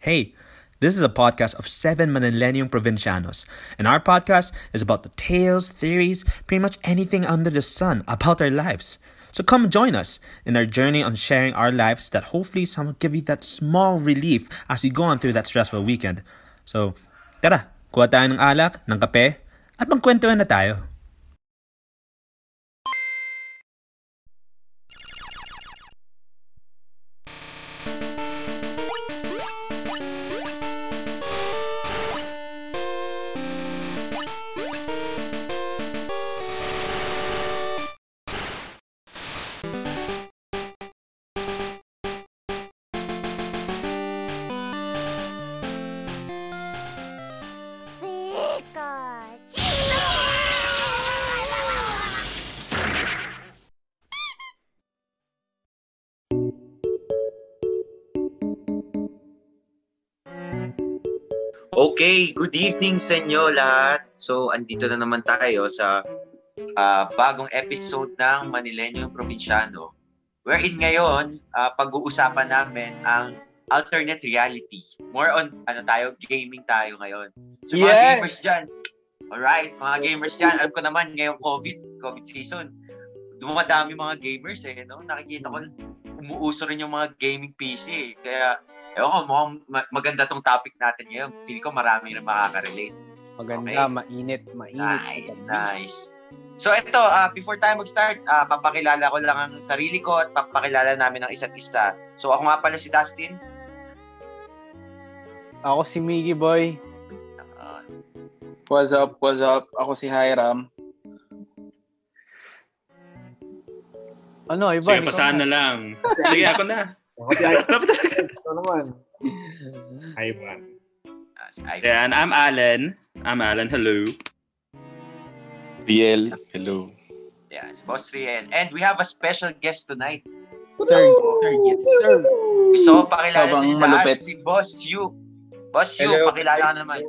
Hey, this is a podcast of seven Manileñong provincianos, and our podcast is about the tales, theories, pretty much anything under the sun about our lives. So come join us in our journey on sharing our lives that hopefully some will give you that small relief as you go on through that stressful weekend. So, tara, kuha tayo ng alak, ng kape, at magkwentuhan na tayo. Pikachu! Okay, good evening sa inyo lahat. So, andito na naman tayo sa ah, bagong episode ng Manileño Provinciano. Wherein ngayon, ah, pag-uusapan namin ang alternate reality. More on, ano tayo, gaming tayo ngayon. So, mga Yes! gamers dyan, alright, mga gamers dyan, alam ko naman ngayong COVID, COVID season, dumadami mga gamers eh, no? Nakikita ko, umuuso rin yung mga gaming PC eh. Kaya, Ewan ko, mukhang ma- maganda tong topic natin ngayon. Feeling ko marami na makaka-relate. Maganda, mainit, mainit. Nice, nice. So ito, ah, before tayo mag-start, ah, papakilala ko lang ang sarili ko at papakilala namin ang isa't isa. So ako nga pala si Dustin. Ako si Miggy Boy. Ah, What's up? What's up? Ako si Hiram. Ano, iba? Sige, pasahan na lang. Sige, ako na. Ako si Ivan. Ano Ito naman. Ivan. ah, si Ivan. Ayan, I'm Alan. I'm Alan, hello. Riel, hello. Yeah, si Boss Riel. And we have a special guest tonight. Third, third, yes, sir. Gusto ko pakilala sa Habang inyo lahat, malupit. si Boss Yu. Boss Yu, Hello. pakilala ka naman.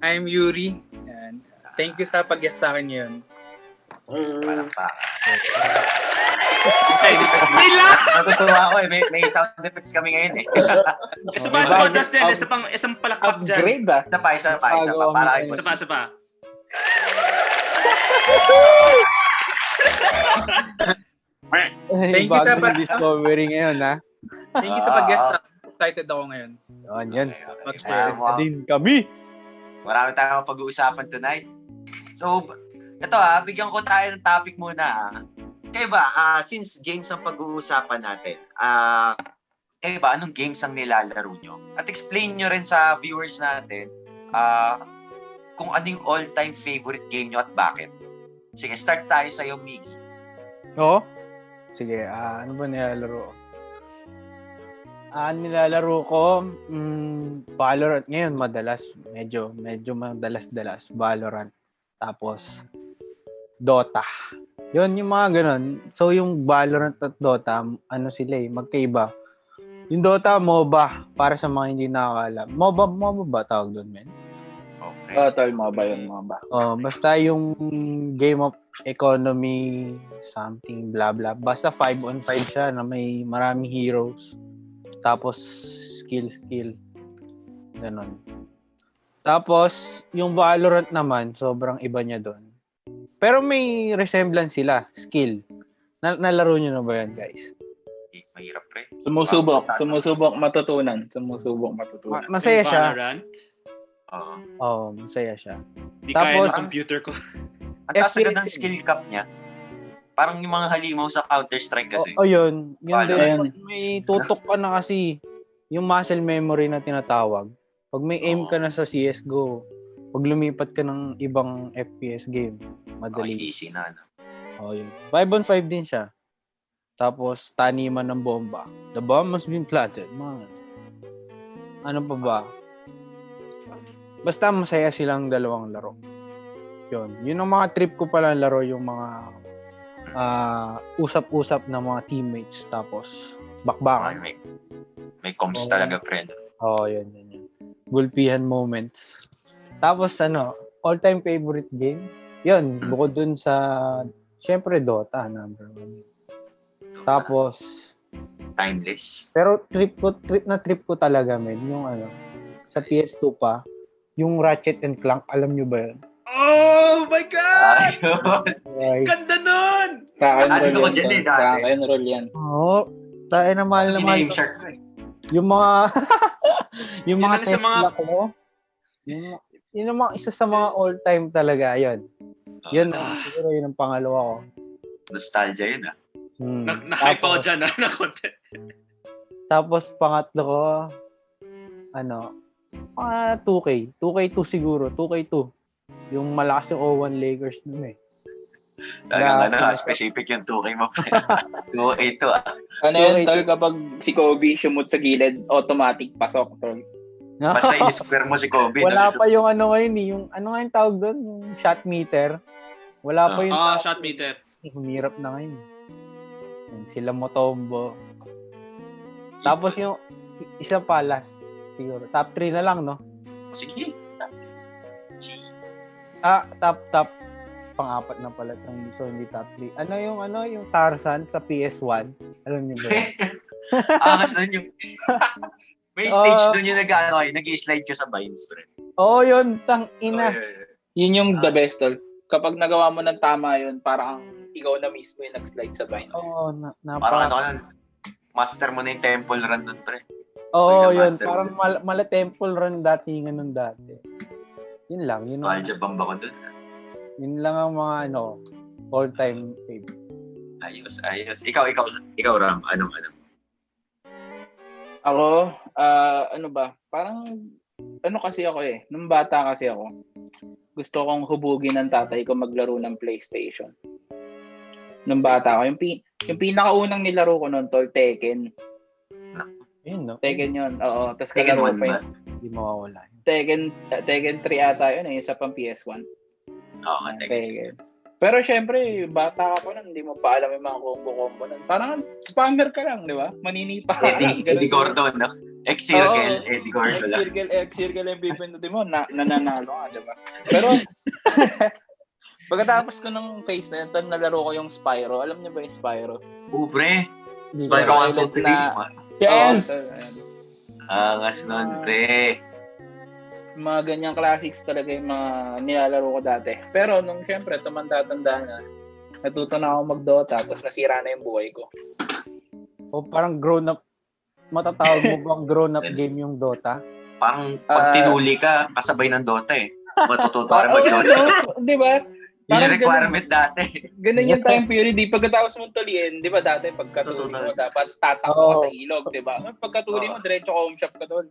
I'm Yuri. Yan. Thank you sa pag-guest sa akin yun. Sir. Parang pa. Natutuwa ako eh. May, may sound effects kami ngayon eh. Isa Okay, pa, isa pa, bye. Dustin. Up- Isa pang, isang palakpak dyan. Upgrade ah. Isa pa, isa pa, isa pa. Para kay Isa Boss pa, isa pa. Thank Thank you, you dapat. discovery ngayon ha. Thank you sa pag-guest. Ah, sa akin. Excited ako ngayon. Yun, yun. Okay, okay. Much Parang better. wow. Din kami. Marami tayong pag-uusapan tonight. So, b- ito ha, bigyan ko tayo ng topic muna ha. Kayo ba, ah, since games ang pag-uusapan natin, ah, kayo ba, anong games ang nilalaro nyo? At explain nyo rin sa viewers natin ah, kung ano yung all-time favorite game nyo at bakit. Sige, start tayo sa'yo, Miggy. Oo. Sige, ah, ano ba nilalaro? ko? Ah, nilalaro ko, mm, Valorant. Ngayon, madalas. Medyo, medyo madalas-dalas. Valorant. Tapos, Dota. Yun, yung mga ganun. So, yung Valorant at Dota, ano sila eh, magkaiba. Yung Dota, MOBA. Para sa mga hindi nakakala. MOBA, MOBA ba tawag doon, men? Okay. Oh, tol, mga ba yun, mga ba? Oh, basta yung game of economy, something, blah, blah. Basta 5 on 5 siya na may maraming heroes. Tapos, skill, skill. Ganon. Tapos, yung Valorant naman, sobrang iba niya doon. Pero may resemblance sila, skill. Na- nalaro niyo na ba yan, guys? Mahirap, pre. Sumusubok, sumusubok matutunan, sumusubok Ma- matutunan. masaya Yung siya. Valorant. Oo. Oo, masaya siya. Di kaya Tapos- ng computer ko. Ang taas agad ng Experience. skill cap niya. Parang yung mga halimaw sa Counter-Strike kasi. O, o yun. Yun din. Valorant. Pag may tutok ka na kasi yung muscle memory na tinatawag. Pag may aim ka na sa CSGO, pag lumipat ka ng ibang FPS game, Okay, madali. easy na. Ano. Oh, yun. 5 on 5 din siya. Tapos, taniman ng bomba. The bomb must be planted. Mga ganun. Ano pa ba? Basta masaya silang dalawang laro. Yun. Yun ang mga trip ko pala laro yung mga ah, usap-usap ng mga teammates. Tapos, bakbakan. May, may comms Ah. Oo. talaga, pre. Oo, oh, yun, yun, yun. Gulpihan moments. Tapos ano, all-time favorite game? Yun, bukod dun sa, syempre Dota, number one. Tapos, timeless. Pero trip ko, trip na trip ko talaga, men, yung ano, sa PS2 pa, yung Ratchet and Clank, alam nyo ba yun? Oh my God! Ayos. Ay, Ganda nun! Sa akin Ah, roll dito ko yan, dyan tol. eh, dati. Sa akin roll yan. oo. Tayo na mahal na mahal. Name shark ko eh. Yung mga, yung Yun mga lang sa Tesla mga- ko, yun, yun ang mga, isa sa mga all-time talaga, yun. Yun, Ah, siguro yun ang pangalawa ko. nostalgia yun ah. Hmm. Na- Na-hype ako Tapos- dyan ah, na konti. Tapos pangatlo ko, ano, ah, 2K. 2K2 siguro. 2K2. Yung malakas yung 01 Lakers nun eh. Talagang ano, Grabe. ah, specific yung 2K mo. 2K to ah. Ano yun, Correct. tol, kapag si Kobe sumut sa gilid, automatic pasok, tol. Basta in-square mo si Kobe. Ah, Wala no? pa yung ano ngayon eh. Yung, ano nga yung tawag doon? Yung shot meter. Wala pa Ah. yung... Ah, shot meter. Humirap na ngayon. Yun, Sila Motombo. Tapos yung isa pa last siguro. Top 3 na lang, no? Sige. Ah, top top pang-apat na pala itong so hindi top 3. Ano yung ano yung Tarzan sa PS1? Alam niyo ba? yun? Angas nun Ah, yung... May stage Oo. dun yung nag-ano eh, nag-slide ka sa vines, Oh, pre. Oo, oh, yun tang ina. Yun yung the Ah, best, tol. Kapag nagawa mo ng tama yun, parang ikaw na mismo yung nag-slide sa vines. Oo, na, napa- Parang ano ka nun, master mo na yung temple run dun, pre. Oo, Kuya yun Master. parang mal- mala temple run dati yung ganun dati. Yun lang, yun lang, Nostalgia bomb ako dun. yun lang ang mga ano all time favorite. Ayos, ayos. Ikaw, ikaw, ikaw, Ram. Anong, anong? Ako, ah, ano ba? Parang, ano kasi ako eh. Nung bata kasi ako, gusto kong hubugin ng tatay ko maglaro ng PlayStation. Nung bata ako, yung, pi- yung pinakaunang nilaro ko noon, tol, Tekken. Yun no, Tekken yun, oo. Tapos Tekken 1 kalaro ko ba? pa yun. hindi mawawala. Tekken, Tekken 3 ata yun, eh, yung sa pang PS1. Oo, Ah, Tekken. Tekken. Pero syempre, bata ka pa nun, hindi mo pa alam yung mga combo-combo nun. Parang spammer ka lang, di ba? Maninipa ka lang. Eddie, Eddie ganun. Gordon, no? Ex-circle, Oo. Eddie Gordon lang. Ex-circle, ex-circle yung pipindutin mo, na, nananalo ka, diba? Pero, pagkatapos ko ng phase na yun, tol, nalaro ko yung Spyro. Alam niyo ba yung Spyro? Oo, pre. Spyro 1, 2, 3. Yes! Oh, ayan. Angas nun, pre. mga ganyang classics talaga yung mga nilalaro ko dati. Pero nung syempre, tumanda-tanda na, natuto na ako mag-Dota, tapos nasira na yung buhay ko. O parang grown up matatawag mo bang grown up game yung Dota? Parang pag Ah. tinuli ka, kasabay ng Dota eh. Matututo ka rin Parang, mag-Dota. di ba? Yun yung Parang ganun, requirement dati. ganun yung time period. Di, pagkatapos mong tuliin, di ba dati pagkatuli mo, Tutunan. dapat tatakbo Oo. ka sa ilog, di ba? Pagkatuli mo, Oo. diretso home shop ka doon.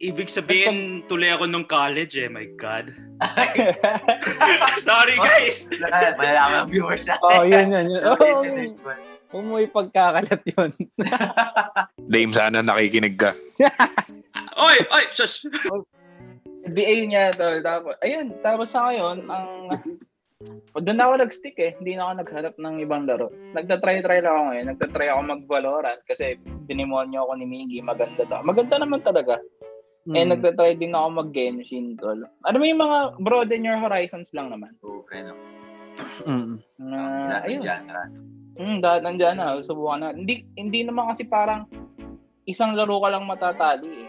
Ibig sabihin, tuloy ako nung college eh. My God. Ah. Sorry guys! Malalaman ang viewers natin. Oh, yun yun. yun. So, listeners, Kung may pagkakalat yun. Dame, sana nakikinig ka. Oy! Oy! Shush! BA niya, tol. Tapos, ayun, tapos sa ngayon, ang... Doon ako nag-stick eh. Hindi na ako naghanap ng ibang laro. Nagtatry-try lang ako ngayon. Nagtatry ako mag-Valorant kasi dinimonyo ako ni Mingy. Maganda to. Maganda naman talaga. Eh, Hmm. nagtatry din ako mag-Genshin, tol. Ano mo yung mga broaden your horizons lang naman? Oo, pre, no? Mm. Na, Lahat ng ayun. genre. Hmm, dahil nandiyan na. Subukan na. Hindi, hindi naman kasi parang isang laro ka lang matatali eh.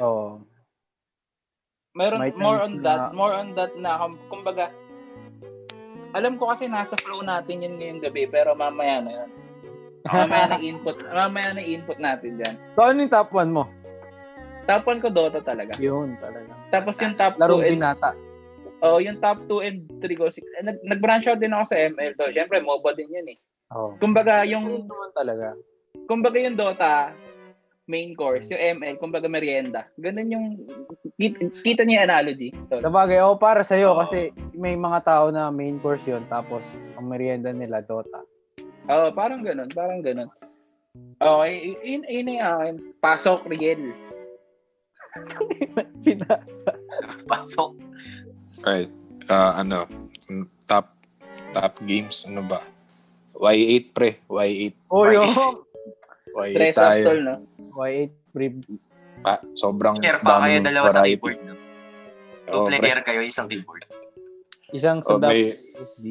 Oo. Meron May times more on na- that, more on that na kum- kumbaga alam ko kasi nasa flow natin yun ngayong gabi pero mamaya na yun. Mamaya na input, mamaya na input natin diyan. So, ano yung top 1 mo? Top 1 ko Dota talaga. Yun talaga. Tapos yung top 2 Larong and binata. oh, yung top 2 and 3 ko si- eh, nag, nag-branch out din ako sa ML to. Syempre MOBA din yun eh. Oo. Kumbaga Yun yung naman talaga. kumbaga yung Dota main course, yung ML, kumbaga merienda. Ganun yung, kita, kita niyo yung analogy. Tol. Sabagay, oh, para sa'yo Oo. kasi may mga tao na main course yun tapos ang merienda nila Dota. Oo, parang ganun, parang ganun. Okay, in in yung ah, akin, pasok real. Pinasa. Pasok. Right. Ah, ano, mm, top top games, ano ba? Y8, pre. Y8. Oh, yun. Y8 Dress up tayo. tol, no? Y8 free. Ah, sobrang Share pa kayo daming dalawa sa variety. keyboard. No? Oo, Two player kayo, isang keyboard. Isang pre. Oh, sa may, WSD.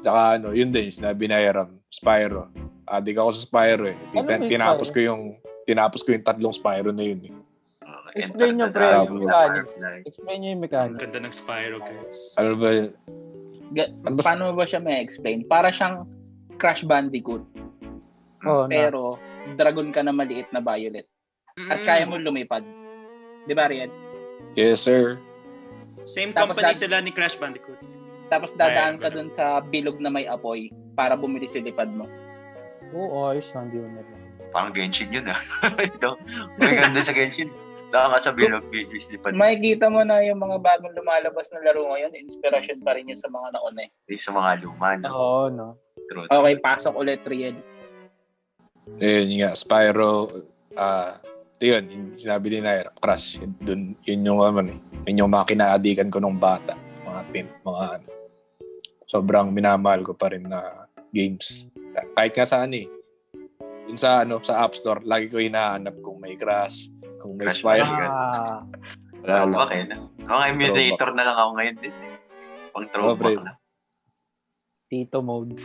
tsaka ano, yun din, yung sinabi na Hiram, Spyro. Adik ako sa Spyro eh. Tin- Ano ba yung tinapos Spyro? ko yung tinapos ko yung tatlong Spyro na yun eh. Ah, Explain yung Enter pre, the yung Dragon, plan. Firefly. Explain nyo yung Ang mechanics. ganda ng Spyro, guys. Ano ba? yun? Ga- Ano ba? Paano ba siya may explain? Para siyang Crash Bandicoot. Oh, na. Pero, dragon ka na maliit na violet. At Mm. kaya mo lumipad. Di ba, Rian? Yes, sir. Mm. Same Tapos company dad- sila ni Crash Bandicoot. Tapos dadaan Ayun, ka ganun. dun sa bilog na may apoy para bumilis yung lipad mo. Oo, ayos lang. Di ko na lang. Parang Genshin yun ah. Ito, May ganda sa Genshin. Nakakasabi ng babies ni Pan. Makikita mo na yung mga bagong lumalabas na laro ngayon, inspiration pa rin yun sa mga nauna eh. Sa mga luma. No? Oo, no. Oh, True. Okay, pasok ulit, Rian. Ayun yun nga, Spyro, ah, ito yun, yung sinabi din na Crash, yun, dun, yun yung, ano, eh, yun yung mga kinaadikan ko nung bata, mga tin, mga ano. Sobrang minamahal ko pa rin na games. Kahit nga saan eh. Yun sa, ano, sa App Store, lagi ko hinahanap kung may Crash, kung may Crash Spyro. Bandicoot. Ah, Wala lang. Throwback eh. no? Mga emulator na lang ako ngayon din. eh. Pang pre. throwback na. Tito mode.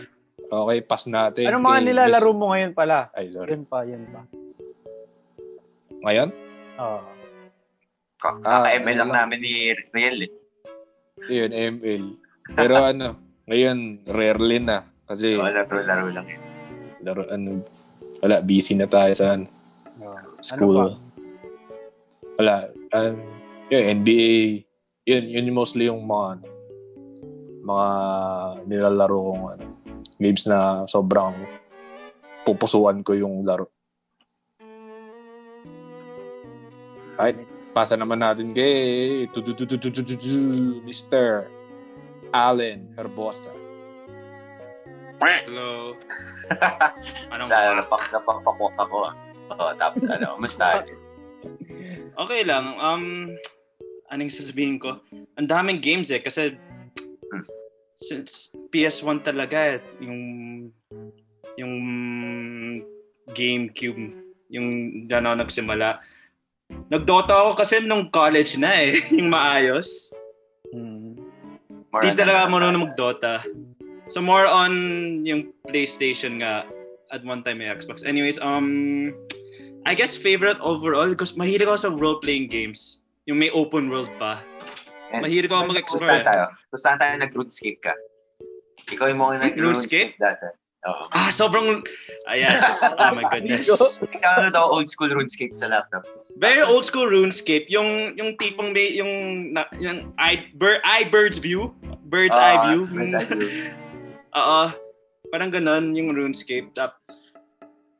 Okay, pass natin. Anong mga Okay, nilalaro this- mo ngayon pala? Ay, sorry. Yun pa, yun pa. Ngayon? Oo. Ano Ah, Kaka-ML lang ano lang. namin ni Riel eh. Yun, ML. Pero ano, ngayon, rarely na. Kasi, So, laro-laro Oh, lang yun. laro, ano, wala, busy na tayo sa ano, Ah, Oo. school. pa? wala. Um, yun, NBA. Yun, yun yung mostly yung mga, ano, mga nilalaro kong ano, games na sobrang pupusuan ko yung laro. Kahit pasa naman natin kay tu- tu- tu- tu- tu- tu- tu- tu- Mr. Allen Herbosa. Hello. Anong Lalo, napak- napakpakok ako ah. Oo, tapos ano, musta? Okay lang. Um, anong sasabihin ko? Ang daming games eh. Kasi since PS1 talaga eh, yung yung GameCube yung dyan ako nagsimula. Nagdota ako kasi nung college na eh. Yung maayos. Hmm. More Di on talaga ano, ako marunong mag-Dota. So more on yung PlayStation nga at one time may Xbox. Anyways, um I guess favorite overall because mahilig ako sa role-playing games. Yung may open world pa. And- Mahilig ako Kung mag-explore. saan eh. tayo? Kung saan tayo nag-RuneScape ka? Ikaw yung mga Nag-RuneScape? nag-RuneScape dati. Oo. Ah, sobrang... Ah, yes. Oh my goodness. Ikaw ano daw, old school RuneScape sa laptop. Very old school RuneScape. Yung yung tipong may... Yung, na- yung eye, bir- eye bird's view. Bird's Oo, eye view. Ah, bird's eye view. Oo. Parang ganun yung RuneScape. Tap.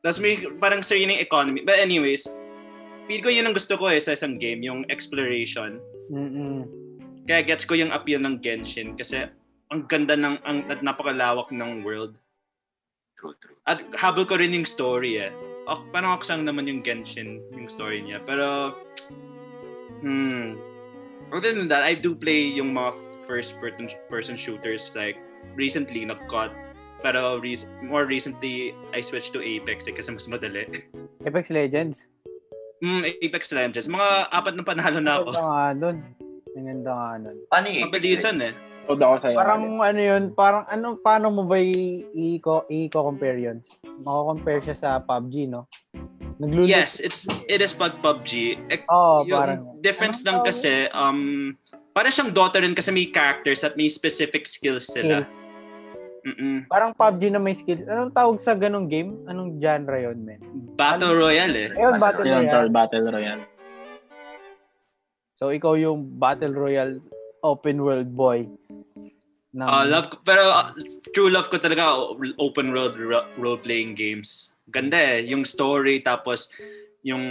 Tapos may parang sariling economy. But anyways, feel ko yun ang gusto ko eh sa isang game, yung exploration. Mm-mm. Kaya gets ko yung appeal ng Genshin kasi ang ganda ng, ang at napakalawak ng world. True, true. At habol ko rin yung story eh. O, parang aksang naman yung Genshin, yung story niya. Pero, hmm, other than that, I do play yung mga first person, person shooters like recently nag-COD. Pero rec- more recently, I switched to Apex eh, kasi mas madali. Apex Legends. Mm, Apex Legends. Mga apat na panalo Ang na ako. ganda nga nun. Ang ganda nga nun. Paano yung Apex Legends? Mabilisan eh. Told ako sa'yo. Parang Ali. ano yun, parang ano, paano mo ba i- i-co- i-compare yun? Mako-compare siya sa PUBG, no? Naglulut. Yes, it's it is pag PUBG. Eh, Oo, yung Oh, parang. difference lang Anong tawag? kasi, um, parang siyang Dota rin kasi may characters at may specific skills sila. Skills. Mm-mm. Parang PUBG na may skills. Anong tawag sa ganong game? Anong genre yun, men? Battle Royale eh. Ayun, Battle Yun, tol, Royale. Battle Royale. So, ikaw yung Battle Royale open world boy. Ng, Ah, love ko, pero ah, true love ko talaga o- open world ro- role-playing games. Ganda eh. Yung story tapos yung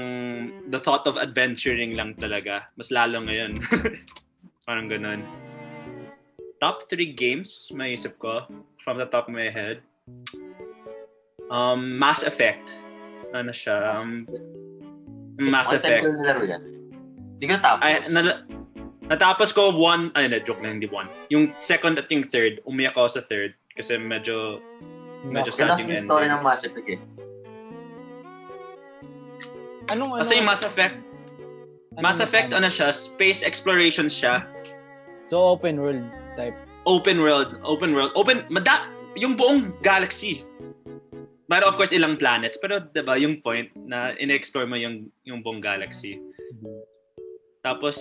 the thought of adventuring lang talaga. Mas lalo ngayon. Parang ganun. Top 3 games may isip ko from the top of my head. Um, Mass Effect. Ano siya? Um, Mass One time Effect. ko nilaro yan. Hindi ko tapos. Ay, nala- natapos ko one, ay, na, joke lang, hindi one. Yung second at yung third, umiyak ako sa third kasi medyo, medyo Yan sad lang yung story ng Mass Effect eh. Anong, ano? Kasi yung Mass Effect, Mass Effect, ano siya, space exploration siya, So, open world type. open world, open world, open, mada, yung buong galaxy. Pero of course, ilang planets. Pero 'di ba yung point na in-explore mo yung, yung buong galaxy. Tapos,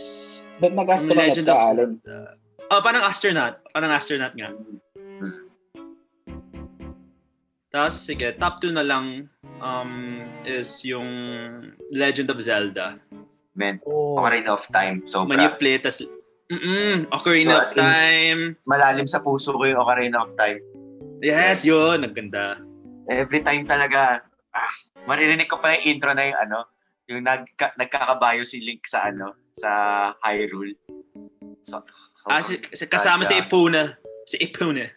Ba't yung nag-astronaut Legend ka, of Alan? Zelda. Oh, parang astronaut. Parang astronaut nga. Tapos, sige, top 2 na lang um, is yung Legend of Zelda. Man, Oh. Ocarina of Time. Sobra. Manipulate as... Mm-mm, Ocarina of As in- Time. Malalim sa puso ko yung Ocarina of Time. Yes, yun. Ang ganda. Every time talaga, ah, maririnig ko pa yung intro na yung ano, yung nagka, nagkakabayo si Link sa ano, sa Hyrule. So, oh, Ah, si, si- kasama si Ipuna. Si Ipuna.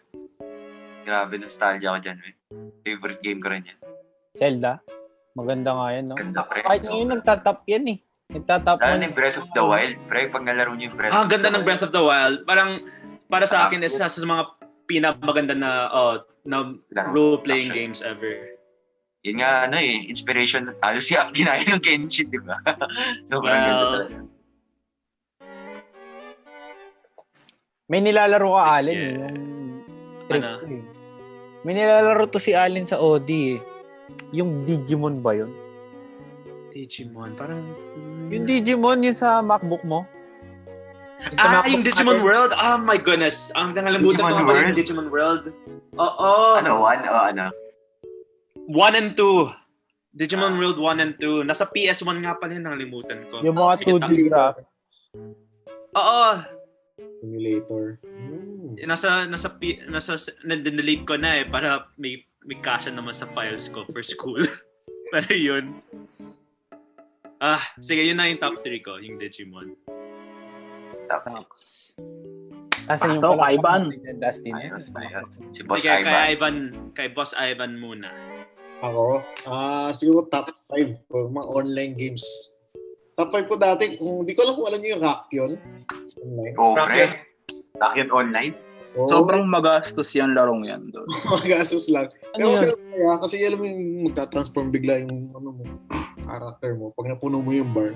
Grabe, nostalgia ko dyan, man. Favorite game ko rin yan. Zelda. Maganda nga yan, no? Ganda, pre. Kahit ngayon nagtatap yan eh. Nagtatap Lalo yan. na yung Breath of the Wild, pre. Pag nalaro niyo yung Breath of Ah, ang ganda the ng Wild. Breath of the Wild. Parang, para Ah, sa akin, isa sa mga pinamaganda na, oh, na Lang, role-playing actually. games ever. Yun nga, ano eh, inspiration. Halos siya ginaya ng Genshin, di ba? so, parang ganda Well, talaga. May nilalaro ka, Allen. Yeah. eh, Yung trip Ano? ko eh. May nilalaro to si Allen sa OD eh. Yung Digimon ba yun? Digimon, parang... Hmm. Yung Digimon, yung sa MacBook mo? Yung sa Ah, MacBook yung Digimon natin. World! Oh my goodness! Ang nangalangutan ko Digimon nga pala yung World? Digimon World. Oo! Ano, one? O, ano? 1 and 2. Digimon World 1 and 2. Nasa PS1 nga pala yun, nangalimutan ko. Yung mga ah. 2D graph. Oo, Simulator. Hmm. nasa nasa P, nasa delete ko na eh para may may kasha naman sa files ko for school. Pero yun. Ah, sige, yun na yung top 3 ko, yung Digimon. Ah, Asan Pasok, Ivan. Dustin. Ayos, ayos. Si Boss Sige, Ivan. kay Ivan, kay Boss Ivan muna. Ako? Ah, siguro top 5 ko, mga online games. Top 5 ko dati, kung di ko alam kung alam niyo yung hack yun. Online. Oh, pre. Takin online. Oo, Sobrang magastos yung larong yan doon. mga gasos lang. Ano Pero kasi yun? ano kaya, kasi alam mo yung magta-transform bigla yung ano mo, character mo. Pag napuno mo yung bar.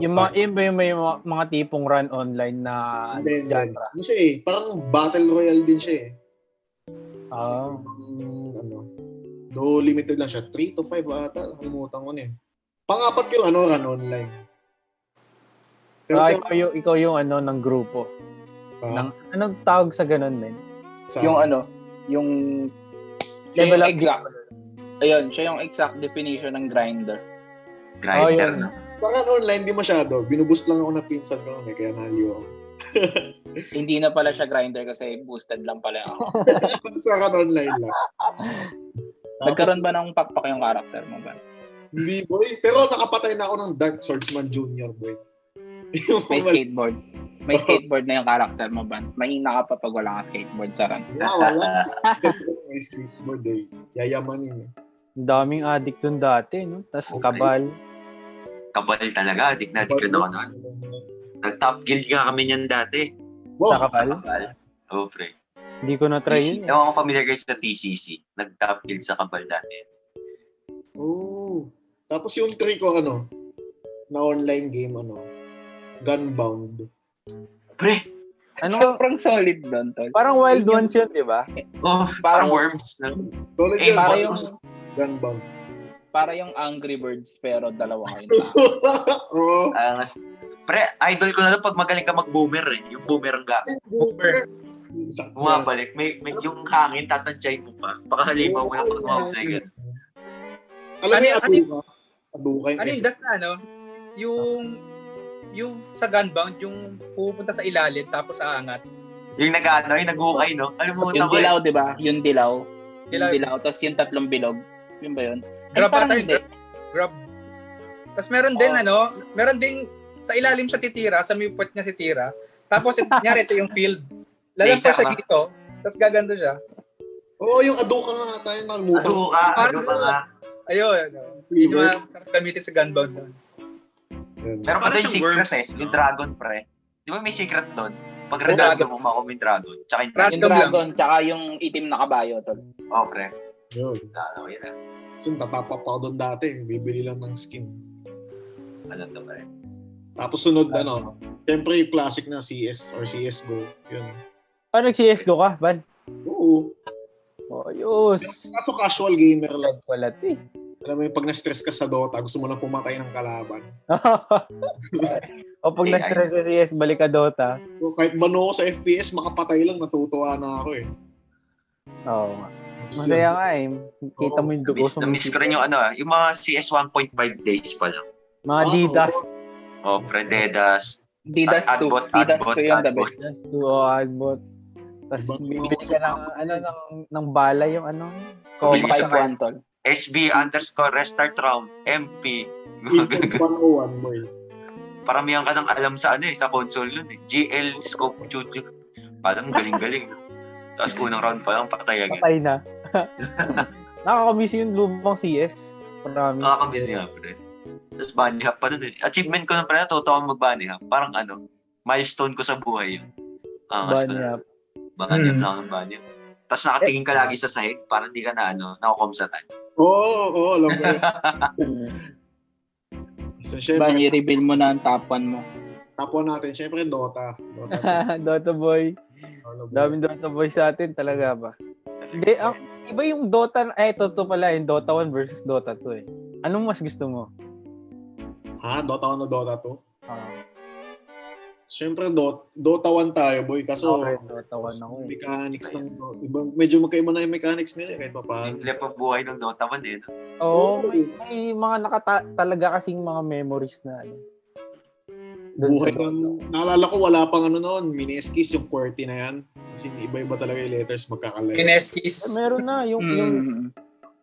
Yung mga, yung, yung, may mga, mga tipong run online na Then, then, genre. ano siya eh, parang battle royale din siya eh. Kasi Ah. ibang, ano, though limited lang siya, 3 to 5 ata, kalimutan ko na eh. Pangapat ko yung ano, run online. Pero, Ah, pero, ikaw, yung, ikaw yung ano ng grupo. ah, Ng, anong tawag sa ganun, men? sa- Yung ano, yung... siya Level yung up exact. Ayun, siya yung exact definition ng grinder. Oh, Grinder. yun. no? Sa akin, online di masyado. Binubus lang ako ng pinsan ko noon eh, kaya naliyo ako. Hindi na pala siya grinder kasi boosted lang pala yung account. sa akin, online lang. Tapos, Nagkaroon ba ng pakpak yung character mo ba? Hindi, boy. Pero nakapatay na ako ng Dark Swordsman Jr., boy. Yung May wala- skateboard. May skateboard na yung character mo ba? Mahina ka pa pag wala kang skateboard sa run. Wala, Ah, wala. Kasi may skateboard, eh. Yayamanin, eh. Ang daming addict dun dati, no? Tapos Okay. kabal. Kabal talaga. Adik na adik rin ako noon. Nag-top guild nga kami niyan dati. Wow, Sa kabal? Kabal. Oh, pre. Hindi ko na-try TC. yun. eh. Ewan ko familiar kayo sa TCC. Nag-top guild sa kabal dati. Oh. Tapos yung three ko, ano, na online game, ano, Gunbound. Pre, Ano? Sobrang solid doon, tol. Parang wild ones yun, di ba? oh, parang Parang- worms. No? Solid Eh, yun, Para boy. yung, Gunbound. para yung Angry Birds pero dalawa kayo na. oh. Ah, mas- pre, idol ko na to pag magaling ka mag-boomer eh. Yung boomerang ga. Boomer. Sakto. Bumabalik. May, may, yung hangin, tatansyahin mo pa. Baka halimaw mo na pag mahusay ka. Alam mo yung Ano yun? aduka? Aduka yung Ano yung S- das na ano? Yung yung sa gunbound, yung pupunta sa ilalim tapos aangat. Yung nag-ano, yung nag-hukay, no? Alam mo, yung ko eh. dilaw, di ba? Yung dilaw. Yung Dilaw. dilaw. Tapos yung tatlong bilog. Yun ba yun? Ay, Grab parang ata hindi. yun. Grab. Tapos meron din Oh. ano, meron din sa ilalim siya titira, sa may puwet niya titira. Tapos ito, kunyari ito yung field. Lalampas Laser siya ah. na. dito, tapos gaganto siya. Oo, yung aduka nga tayo. Nakalimutan. Ano ka? Ano Parang- ba nga? Ayun. ano. Yung Flavor. mga gamitin sa gunbound doon. Yun. Meron pa Parang doon yung siyang secret worms, eh. Yung no? dragon, pre. Di ba may secret doon? Pag Oo, redado dragon. mo, makuha mo yung dragon. Tsaka yung Dragon. Yung Tatlong dragon, tsaka yung itim na kabayo, tol. Oh, pre. Yun. Ano yun ah. So, tatapap ako doon dati. Bibili lang ng skin. Ano to, pre? Tapos sunod, ano, syempre yung classic na CS or CSGO. Yun. Ah, nag-CSGO ka, Van? Oo. Ayos. Kaso casual gamer lang. Wala to eh. Alam mo yung pag na-stress ka sa Dota, gusto mo lang pumatay ng kalaban. o pag Eh, na-stress ka si Yes, balik ka Dota. O kahit bano ako sa FPS, makapatay lang, natutuwa na ako eh. Oo nga. Masaya nga eh. Kita mo yung dugo Miss, sa na-miss ko mga rin yung ano ah, yung mga CS 1.5 days pa lang. Mga Ah, Didas. Oh, Prededas. Didas Ad- 2. adbot, Didas adbot, 2 yung the adbot. best. Didas to Adbot. Tapos Ibang- oh, bibili ka ng, ano, ng, ng bala yung ano. Kung Bumili Cobra. sa sa Quantol. SB underscore restart round. MP. Equals 101, boy. Paramihan ka nang alam sa ano eh, sa console nun eh. GL scope juju. Parang galing-galing. Tapos unang round pa lang patay agad. Patay na. Nakakamiss yung lumang CS. Promise. Nakakamiss niya pre. Tapos bunny hop pa nun eh. Achievement ko na pre, totoo akong mag bunny hop. Parang ano, milestone ko sa buhay yun. Ah, Ban bunny niya. hop. Bunny Hmm. hop lang ng bunny hop. Tapos nakatingin ka lagi sa sahig, parang di ka na ano, nakukom sa time. Oo, oo, alam ko yun. So, Bang, syempre, Mm. i-reveal mo na ang top 1 mo. tapuan natin. Syempre, Dota. Dota. Dota boy. Dota. Daming Dota boy sa atin talaga ba? Hindi, ang, iba yung Dota, eh, ito to pala, yung Dota 1 versus Dota 2 eh. Anong mas gusto mo? Ha? Dota 1 o Dota 2? Ah, Syempre, Dota, Dota 1 tayo, boy. Kaso, okay, Dota 1 ako eh. mechanics ng ibang medyo magkaiba na yung mechanics nila eh, kahit pa paano. Ah. Simple pa buhay ng Dota 1 eh. no? oh. Oo, may, may mga nakata- talaga kasing mga memories na ano. Dun sa Buhay Dota. ng, naalala ko wala pang ano noon, Mineskis yung QWERTY na yan. Kasi iba-iba talaga yung letters magkakalay. Eh, Ineskis. meron na, yung, Hmm. yung Mm.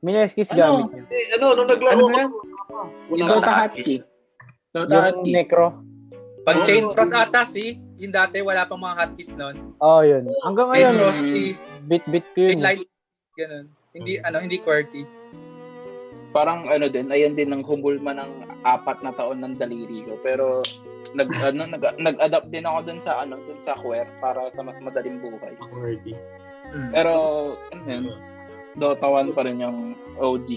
Mineskis Ano? gamit yun. Eh, ano, nung naglaro Ano ako, ba yan? wala pa. Dota Wala pa. Dota Hotkeys. Hotkey. Dota Yung Hotkey. Necro. Oo. Pag chain cross ata si, yung dati wala pang mga hotkeys noon. Oo, oh, yun. Hanggang Chain ngayon, Mm. cross si, bit-bit ko chain yun. eh. light, ganun. Hindi, ano, hindi QWERTY. Parang ano din, ayun din ng humulma ng apat na taon ng daliri ko. Pero nag ano nag nag-adapt din ako dun sa ano dun sa queer para sa mas madaling buhay. QWERTY. Pero ano yun, Dota 1 pa rin yung OG.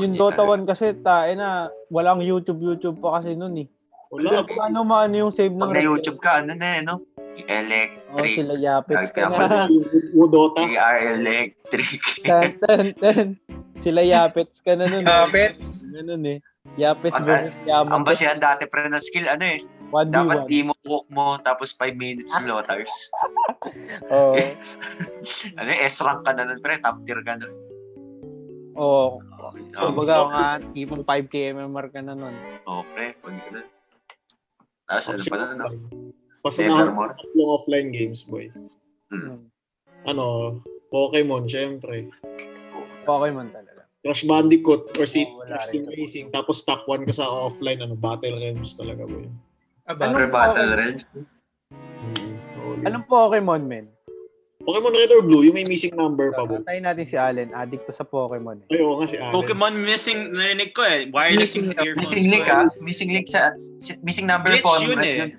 Yung Dota 1 kasi, tae na, walang YouTube-YouTube pa kasi nun eh. Wala. Kung ano maano yung save ng Pag na YouTube ka, ano na eh, no? Yung Oh, Electric. sila Yapets ka Nagkakaroon. na. Yung Dota. PR Electric. Tan, tan, tan. Sila Yapets ka na nun. eh. Uh, pets. Ganun eh. Yapets Ang- versus Yaman. Ang basehan dati pre na skill, ano eh. 1v1. Dapat emo walk mo, tapos 5 minutes slaughters. Oo. ano eh, S-rank ka na nun pre, top tier ka nun. Oo. Oh, Kumbaga, mga tipong 5k MMR ka na nun. oh, pre, pag ganun. Tapos ano pa nun, no? Pasanahan Nevermore. tatlong offline games, boy. Hmm. Hmm. Ano, Pokemon, syempre. Pokemon talaga. Crash Bandicoot or City Oh, wala Crash rin Team Racing. Tapos top 1 ka sa offline, ano, Battle Realms talaga, boy. Aba, Ano? Pre, Battle Realms. Alam, Mm-hmm. Anong Pokemon, men? Mm-hmm. Pokemon Red or Blue, yung may missing number pa, boy. Patayin natin si Allen. Addict to sa Pokemon. eh. Ay, oo nga si Allen. Pokemon missing, narinig ko eh. Wireless Missing- earphones. Missing link ko eh. ah. Missing link sa, si- missing number Glitch po. yun Red eh. yun.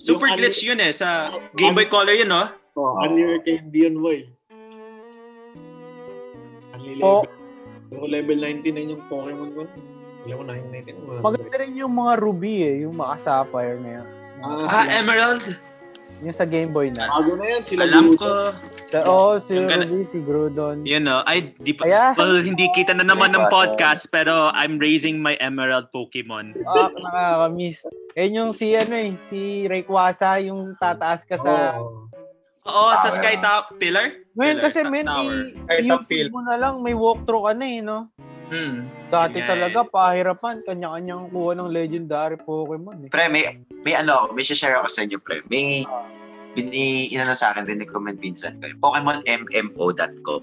Super Yung ano- glitch yun eh. Sa Ang- Game Boy Color yun oh. Oh, Unlear Candy yun, boy. Unlear Po- level. Yung level 19 na yung Pokemon ko. Alam mo, 999. wala. Maganda rin yung mga Ruby eh. Yung mga Sapphire na yun. Ah, Ah, sila- Emerald. Yung sa Game Boy na. Bago na yan, sila Alam Naruto. ko. Sa- Oo, oh, si Yung gana- Ruby, si Groudon. Yun oh. Ay, di pa. Ayan. Well, hindi kita na naman May ng basa. podcast pero I'm raising my Emerald Pokemon. Ah, nakakamiss. Eh yung si ano eh, si Rayquaza, yung tataas ka sa... Oo. Oo, Oh, sa Tower. Sky Top Pillar. Ngayon Pillar, kasi not men, tower. i- Earth of i-YouTube mo na lang, may walkthrough ka na eh, no? hmm. Dati Yes. talaga, pahirapan, kanya-kanyang kuha ng legendary Pokemon eh. Pre, may, may ano ako, may share ako sa inyo, pre. May, bini, inano sa akin, binikommend minsan ko. yung PokemonMMO.com.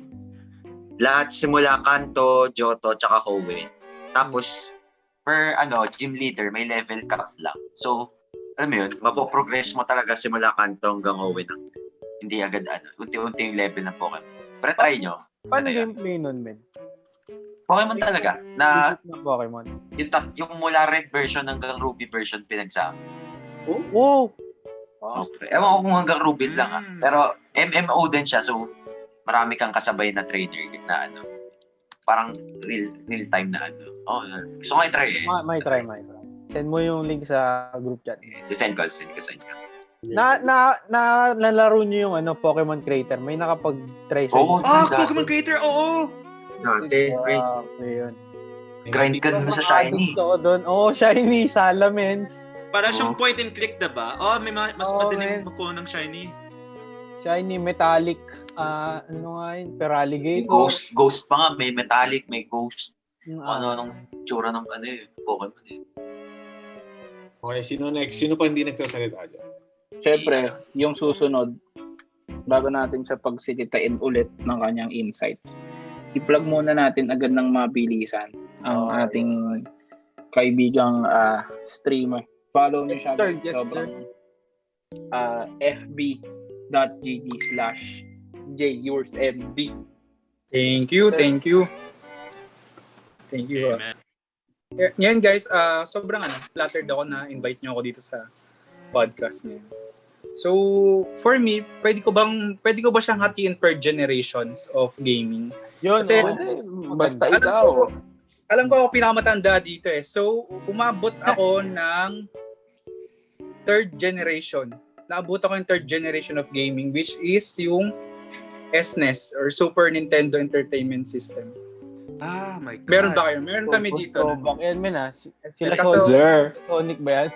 Lahat simula Kanto, Johto, tsaka Hoenn. Tapos, per ano, gym leader, may level cap lang. So, alam mo yun, mapoprogress mo talaga simula Kanto hanggang Hoenn. Hindi agad ano, unti-unti yung level ng Pokemon. Pero try nyo. Sana Paano yan. gameplay nun, men? Pokemon talaga. Na Legit na Pokemon. yung, tat- yung mula red version hanggang ruby version pinagsama. Oh, Wow! Okay. Ewan ko kung hanggang ruby lang ah. Mm. Pero MMO din siya so marami kang kasabay na trainer na ano. Parang real real time na ano. Oh, gusto ko i-try eh. May, may try, may try. Send mo yung link sa group chat. Ah, Design ko, design ko sa inyo. Na, na, na, nalaro nyo yung ano, Pokemon Creator. May nakapag-try sa Oo, Ah, Pokemon Creator, oo! Dati, pre. yun. Grind ka dun sa shiny. Gusto ko doon. Oo, shiny, salamence. Para Oo. siyang point and click, diba? Oh, may ma- mas Oo, madaling man. magkuha ng shiny. Shiny, metallic, ah ano nga yun, peraligator. Ghost, ghost pa nga. May metallic, may ghost. Yung, Kung ah, Ano, anong tsura ng ano eh. Pokemon eh. Okay, sino next? Sino pa hindi nagsasalita dyan? Siyempre, yung susunod, bago natin siya pagsititain ulit ng kanyang insights, i-plug muna natin agad ng mabilisan ang ating kaibigang ah, streamer. Follow niyo siya Yes, sir. Yes, sobrang ah, fb.gg slash jyoursmd. Thank you, thank you. Thank you. Amen. Y- Yan guys, ah, sobrang ano, flattered ako na invite niyo ako dito sa podcast niyo. So, for me, pwede ko bang pwede ko ba siyang hatiin per generations of gaming? yun, oh, Kasi- oo. Pwede. Ano Basta Maganda. Alam ikaw. ko, alam ko ako pinakamatanda dito eh. So, umabot ako ng third generation. Naabot ako yung third generation of gaming which is yung SNES or Super Nintendo Entertainment System. Ah, my God. Meron ba kayo? Meron kami dito. Oh, back end men ah. Sila Kaso- Sonic, Sir. Sonic ba yan?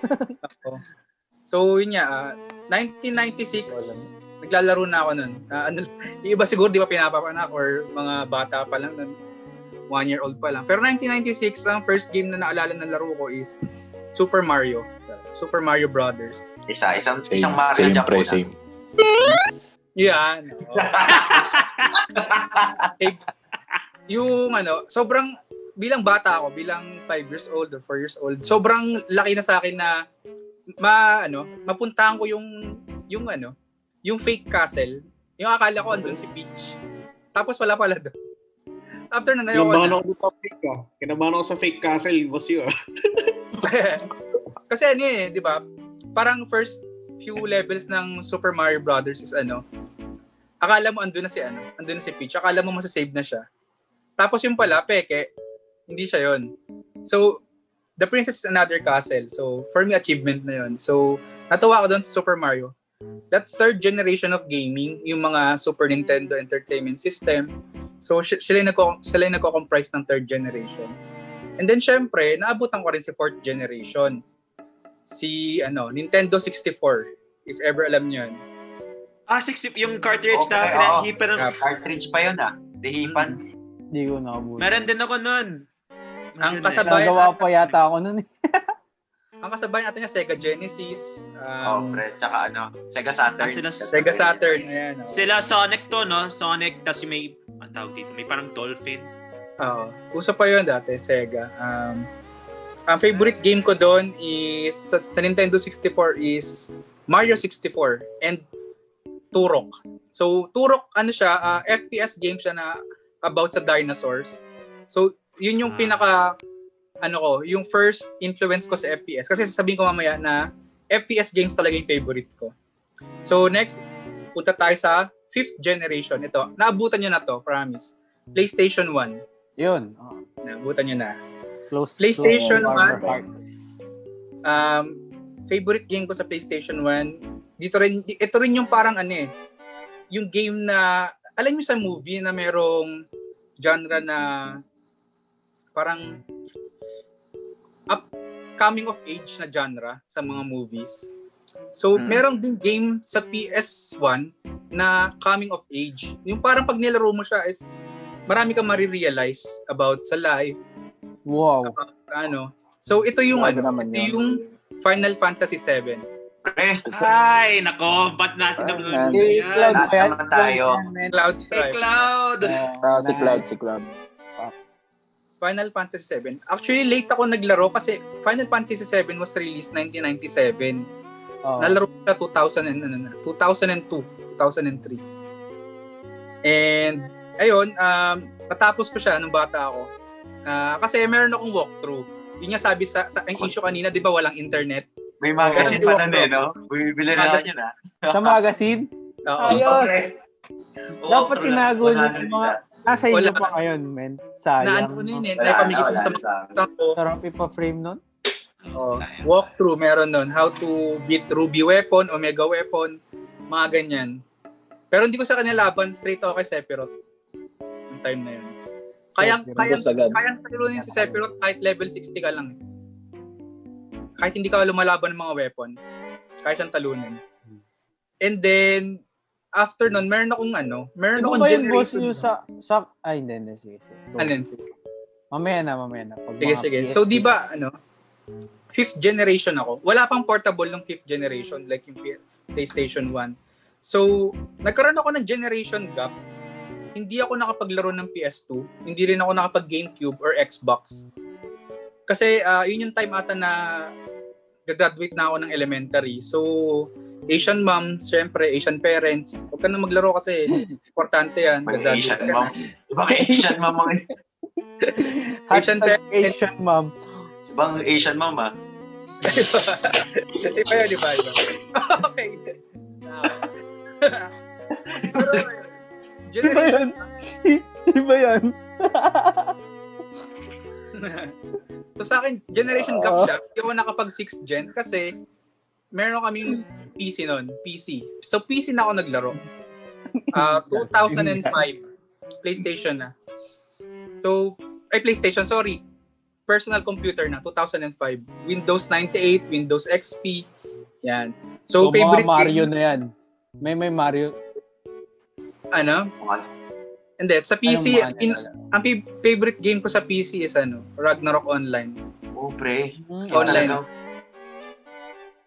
So, yun nga, ah, 1996, naglalaro na ako nun. Ah, ano, yung iba siguro di ba pinapapanak or mga bata pa lang nun. One year old pa lang. Pero 1996, ang first game na naalala ng laro ko is Super Mario. Super Mario Brothers. Isa, isang, isang Same, Mario same Japan. pre, same. Yan. Oh. oo. Eh, yung ano, sobrang bilang bata ako, bilang 5 years old or 4 years old, sobrang laki na sa akin na ma ano, mapuntahan ko yung yung ano, yung fake castle. Yung akala ko andun si Peach. Tapos wala pala doon. After na nayo. Kinabahan ako dito sa fake ah. Kinabahan ako sa fake castle, boss yun. ah. Kasi ano eh, di ba? Parang first few levels ng Super Mario Brothers is ano, akala mo andun na si ano, andun na si Peach, akala mo masasave na siya. Tapos yung pala, peke, hindi siya yon. So, The Princess is Another Castle. So, for me, achievement na yon. So, natuwa ako doon sa Super Mario. That's third generation of gaming, yung mga Super Nintendo Entertainment System. So, si- sila yung, nagko- sila yung nagko-comprise ng third generation. And then syempre, naabutan ko rin si fourth generation. Si ano, Nintendo 64, if ever alam niyo 'yun. Ah, 60, yung cartridge Okay, Ah. na oo. kinahipan ng... Cartridge pa yun ah. Dihipan. Hindi ko nakabuti. Meron din ako nun. eh. Meron Ang kasab- Nagawa pa yata ako nun eh. Ang kasabay natin niya Sega Genesis, Oh, um, pre. Tsaka ano, Sega Saturn. Hmm. Ah, sila- Sega Saturn, eh. ayan. oh. Sila Sonic to, no? Sonic, kasi may... Ang tawag dito, may parang dolphin. Oo. uso pa yun dati, Sega. Um, ang favorite game ko doon is sa, sa Nintendo 64 is Mario 64 and Turok. So, Turok, ano siya, ah, FPS game siya na about sa dinosaurs. So, yun yung Ah. pinaka, ano ko, yung first influence ko sa FPS. Kasi sasabihin ko mamaya na FPS games talaga yung favorite ko. So, next, punta tayo sa fifth generation. Ito, naabutan nyo na to, promise. PlayStation 1. Yun. Oh. Naabutan nyo na. Close PlayStation to Armor 1. Hearts. Um, favorite game ko sa PlayStation 1, dito rin, ito rin yung parang ano eh, yung game na, alam mo sa movie na merong genre na parang up, coming of age na genre sa mga movies. So, Hmm. merong din game sa PS1 na coming of age. Yung parang pag nilaro mo siya is marami kang marirealize about sa life, Wow. ano. So ito yung Grabe ano, naman ito yun. yung Final Fantasy 7. Pre, Ay, nako, ba't natin Ay, naman man. yan? Eh, Cloud Lahat ba yan? naman tayo. Cloud Hey, Strike. Cloud! Ah, Oh, si Cloud, si Cloud. Final Fantasy 7. Actually late ako naglaro kasi Final Fantasy 7 was released 1997. Oh. Nalaro ko siya 2000 and, ano na, 2002, 2003. And ayun, um, natapos ko siya nung bata ako. Ah, kasi meron akong walkthrough. Yun nga sabi sa, sa ang issue kanina, di ba walang internet? May magazine pa nun eh, no? Bumibili na ako yun ah. Sa magazine? Oo. Ayos. Oo, Dapat true na. tinago niyo yung 100 mga... isa. Nasa inyo Wala. pa ngayon, men. na Sayang. ano na yun eh, Wala na, napamigay ko wala na sa sa akin. mga ko. Sarap ipa-frame nun. Oh, Sayang. walk through meron nun. How to beat Ruby weapon, Omega weapon, mga ganyan. Pero hindi ko sa kanila laban straight ako kay Sephiroth. Yung time na yun. Kaya kaya Ubus agad. kaya talunin si Sephiroth kahit level 60 ka lang. Kahit hindi ka lumalaban ng mga weapons, kahit siyang talunin. And then after nun, meron akong ano, meron Ano akong ba yung boss generation. yung sa, sa... Ay, hindi, hindi. Sige, sige. Go. Ano yun? Mamaya na, mamaya na. Pag Sige, mga sige. PS, So, di ba, ano, fifth generation ako. Wala pang portable ng fifth generation, like yung P- PlayStation 1. So, nagkaroon ako ng generation gap. Hindi ako nakapaglaro ng PS2. Hindi rin ako nakapag GameCube or Xbox. Kasi, ah, yun yung time ata na gagraduate na ako ng elementary. So, Asian mom, syempre, Asian parents. Huwag ka na maglaro kasi importante yan. Mga Gagraduate Asian mom. Ibang ka. Asian mom mga Hashtag Asian parents. Asian, ma'am. ibang Asian mom ah. iba yun, iba, iba. okay. Now. Pero, Iba generation, yan. Iba yan. to sa akin, generation gap siya. Hindi ako nakapag 6th gen kasi meron kaming PC noon. PC. So, PC na ako naglaro. Ah, 2005. PlayStation na. So, ay PlayStation, sorry. Personal computer na, 2005. Windows 98, Windows XP. Yan. So, So, mga favorite Mario games, na yan. May may Mario. ano? Mga Hindi, sa Anong PC, mga in, nalala? ang fa- favorite game ko sa PC is ano, Ragnarok Online. oh pre. Mm, Yun Online. talaga.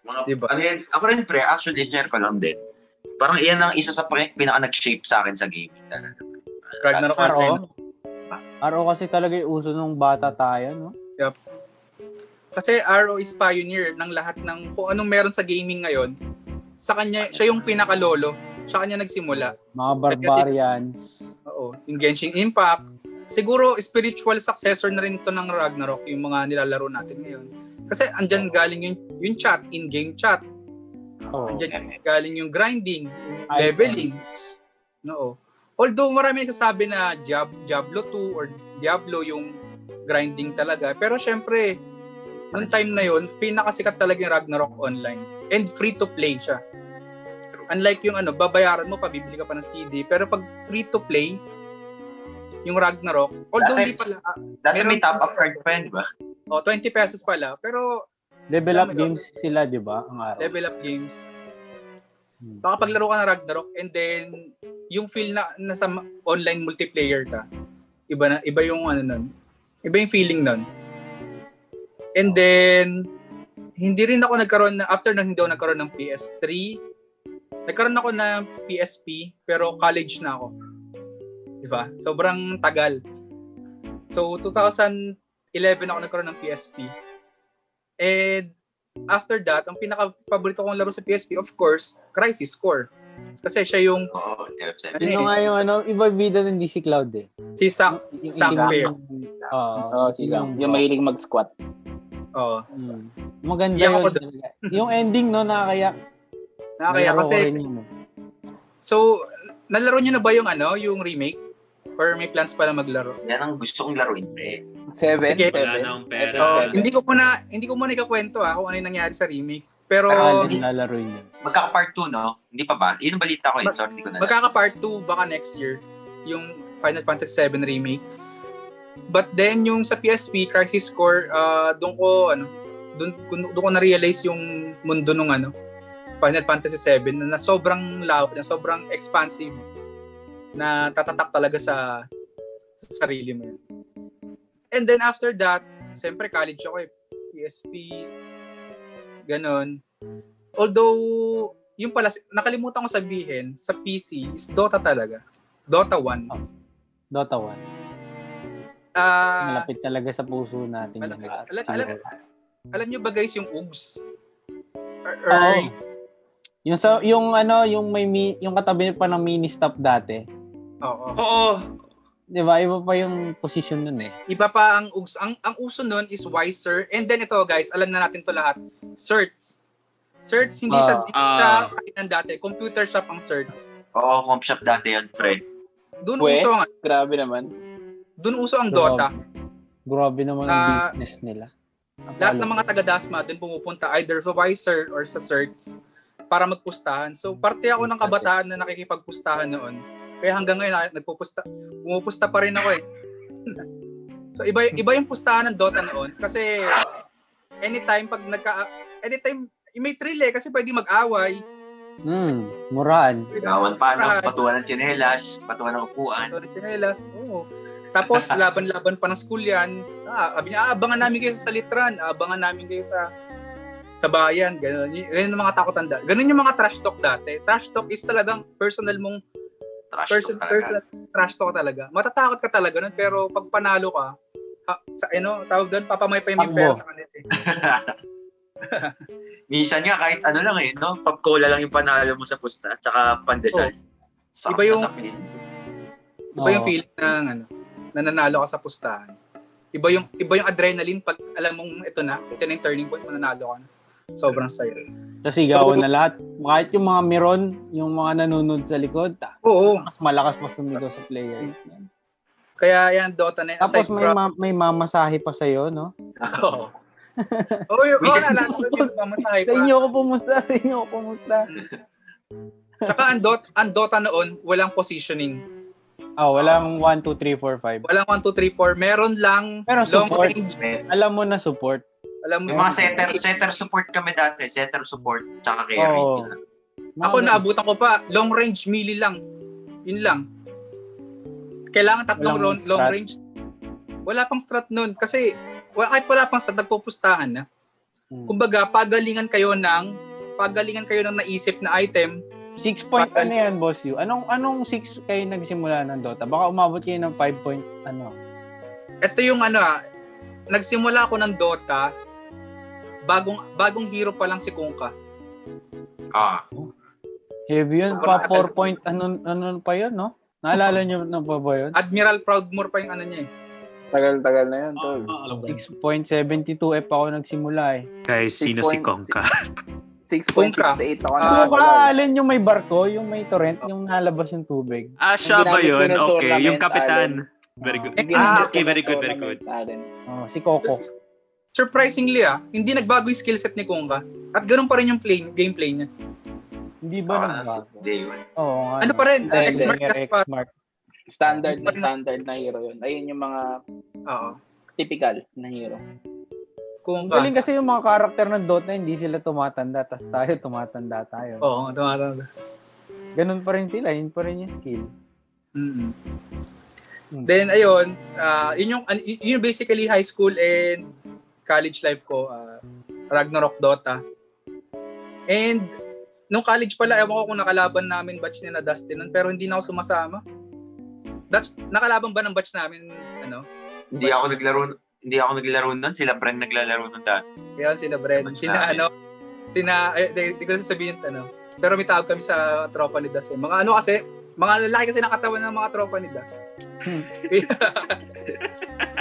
Mga, Diba? ano yan? Ako rin pre, actually share ko lang din. Parang iyan ang isa sa pang- pinaka nag-shape sa akin sa gaming. talaga. Ragnarok RO. Online. RO kasi talaga yung uso nung bata tayo, no? Kasi RO is pioneer ng lahat ng kung anong meron sa gaming ngayon. Sa kanya, siya yung pinakalolo. Sa kanya nagsimula. Mga barbarians. Oo, yung Genshin Impact. Siguro spiritual successor na rin to ng Ragnarok, yung mga nilalaro natin ngayon. Kasi andyan galing yung, yung chat, in-game chat. Oh. um, Andyan galing yung grinding, yung Icons. leveling. Oo. um, Although marami nagsasabi na Diab- Diablo 2 or Diablo yung grinding talaga. Pero syempre, noong time na yun, pinakasikat talaga yung Ragnarok Online. And free to play siya. Unlike yung ano, babayaran mo pa, bibili ka pa ng CD. Pero pag free to play, yung Ragnarok, although Dati- hindi pala, Dati Meron- may top up card pa yan, di ba? oh, 20 pesos pala, pero Develop Dami games sila, di ba? Ang araw. level up games. Hmm. Makapaglaro ka ng Ragnarok and then yung feel na nasa ma- online multiplayer ka. Iba na iba yung ano nun. Iba yung feeling nun. And then hindi rin ako nagkaroon na after nang hindi ako nagkaroon ng PS3. Nagkaroon ako ng PSP pero college na ako. 'Di ba? Sobrang tagal. So 2011 ako nagkaroon ng PSP. And after that, ang pinaka-paborito kong laro sa PSP, of course, Crisis Core. Kasi siya yung Oo, F7. Ano Sino eh? nga yung ano, iba bida ng DC Cloud eh. si Sak. Yung Sam itim- Fair. Oo. Oo, si Sam. Yung mahilig mag-squat. Oh, Mm. Maganda Iyak ako yun. talaga. yung ending no, nakakayak. nakakaya Nalaro ko kasi. rin yun, eh. So, nalaro niyo na ba yung ano, yung remake? Or may plans pala maglaro? Yan ang gusto kong laruin, pre. Seven, Sige. Wala seven. na akong pera. Oh, Seven. hindi ko muna hindi ko muna ikakwento ah kung ano yung nangyari sa remake. Pero Alin nalaro yun. Magkaka-part 2, no? Hindi pa ba? Yun ang balita ko eh. Mag- Sorry, hindi ko na alam. magkaka part 2 baka next year yung Final Fantasy 7 remake. But then yung sa PSP Crisis Core ah, doon ko ano doon doon ko na realize yung mundo nung ano Final Fantasy 7 na, na sobrang lawak, na sobrang expansive na tatatak talaga sa, sa sarili mo. yun. And then after that, siyempre college ako eh. PSP, ganun. Although, yung pala, nakalimutan ko Mm. sabihin, sa PC is Dota talaga. Dota 1. Dota 1. Ah, Malapit talaga sa puso natin. yung Malapit. lahat. Alam- alam- alam nyo ba guys yung UGS? Or, or Oo. Yung sa yung ano, yung may mi, yung katabi pa ng mini stop dati. oo. Oo. 'Di ba? Iba pa yung position nun eh. Iba pa ang ugs. Ang, ang uso nun is Wiser. And then ito guys, alam na natin to lahat. Certs. Certs, hindi siya, Ah. hindi siya Ah. kainan dati. Computer shop ang certs. Oo, comp shop dati yan, pre. Doon Pwe? uso ang, Grabe naman. doon uso ang Grabe. Dota. Grabe naman ang Ah. weakness nila. Lahat ng mga taga-DASMA doon pumupunta either sa Wiser or sa certs para magpustahan. So, parte ako ng kabataan na nakikipagpustahan noon. Kaya hanggang ngayon, ah, nagpupusta, pumupusta pa rin ako eh. so, iba, iba yung pustahan ng Dota noon. Kasi, anytime pag nagka... Anytime, may thrill eh, kasi pwede mag-away. Hmm, muraan. Gawan pa, no? Patuan ng tsinelas, patuan ng upuan. Sorry, chinelas. Oo. Tapos, laban-laban pa ng school yan. Ah, sabi niya, "Ah, abangan namin kayo sa litran. Abangan namin kayo sa sa bayan. Ganun. Y- Ganun ang mga takutan dati. Ganun yung mga trash talk dati. Trash talk is talagang personal mong Trash person, Person, talaga. personal trash talk talaga. Matatakot ka talaga nun, pero pag panalo ka, ha, sa ano, tawag doon, papamaypay mo yung Takbo. pera sa kanila. eh. Minsan nga, kahit ano lang eh, no? Pop-cola lang yung panalo mo sa pusta, tsaka pandesal. Sakto Iba yung- sa pin. Iba yung feeling ng ano, nananalo ka sa pustahan. Iba yung iba yung adrenaline pag alam mong ito na, ito na yung turning point, mananalo ka na. Sobrang saya. Tapos sigawan na lahat. Kahit yung mga miron, yung mga nanonood sa likod, ta, Oo. mas malakas pa sumigaw sa player. Kaya yan, Dota na yan. Tapos Aside may, from- ma- may mamasahe pa sa'yo, no? Oo. Oo, Oh, yun. Which Oo, is- naalala ko yun, yung pamasahe Sa pa. inyo ako pumusta, sa inyo ako pumusta. Tsaka ang, dot, ang Dota noon, walang positioning. Ah, walang 1, 2, 3, 4, 5. Walang 1, 2, 3, 4. Meron lang Meron long support. range. Alam mo na support. Alam mo, Yung mga setter, setter support kami dati. Setter support, tsaka carry. Oo. ako naabutan ko pa, long range, melee lang. Yun lang. Kailangan tatlong Walang round, long strat. range. Wala pang strat noon kasi wala, kahit wala pang strat, nagpupustahan na. Hmm. Kumbaga, pagalingan kayo ng pagalingan kayo ng naisip na item 6 point ano yan, boss you? Anong anong 6 kayo nagsimula ng Dota? Baka umabot kayo ng 5 point ano. ito yung ano ah, nagsimula ako ng Dota bagong bagong hero pa lang si Kungka. Ah, Heavy yun, pa 4 point ano, ano pa yun, no? Naalala nyo na pa ba yun? Admiral Proudmoore pa yung ano niya eh. Tagal-tagal na yun, tol. Ah, ah, alam ko. 6.72 F ako nagsimula eh. Guys, Six sino si point- Kongka? 6.68 ako na. Ah, Ano ba, Allen, yung may barko, yung may torrent, yung nalabas yung tubig. Ah, siya ba ginamit ko yun? ng Okay, tournament, yung kapitan. Very good. Ah, okay, very good, very good. Ah, Oh, si Coco. Surprisingly ah, hindi nagbago yung skill set ni Kungka. At ganun pa rin yung play, gameplay niya. Hindi ba ah, nagbago? day one. Oo nga. Ano pa rin, Hindi, Alex hindi, Marquez pa. Mark. Standard na standard na hero yun. Ayun yung mga Oo. typical na hero. Ang Kungka. galing kasi yung mga karakter ng Dota, hindi sila tumatanda, tas tayo tumatanda tayo. Oo, tumatanda. Ganun pa rin sila, yun pa rin yung skill. Mm-mm. Hmm. Then ayun, ah, yun yung an- yun yung basically high school and college life ko, ah, Ragnarok Dota. And nung college pala, ewan ko kung nakalaban namin batch ni na Dustin nun, pero hindi na ako sumasama. That's, nakalaban ba ng batch namin, ano? Hindi ako naglaro, hindi ako naglaro nun. Sila brand naglalaro nun dati. Yan, sina Brent, Batch sina namin. ano, sina, eh, di, di ko na sasabihin, ano. Pero may tawag kami sa tropa ni Das. eh. Mga ano kasi, mga lalaki kasi nakatawan ng mga tropa ni Das.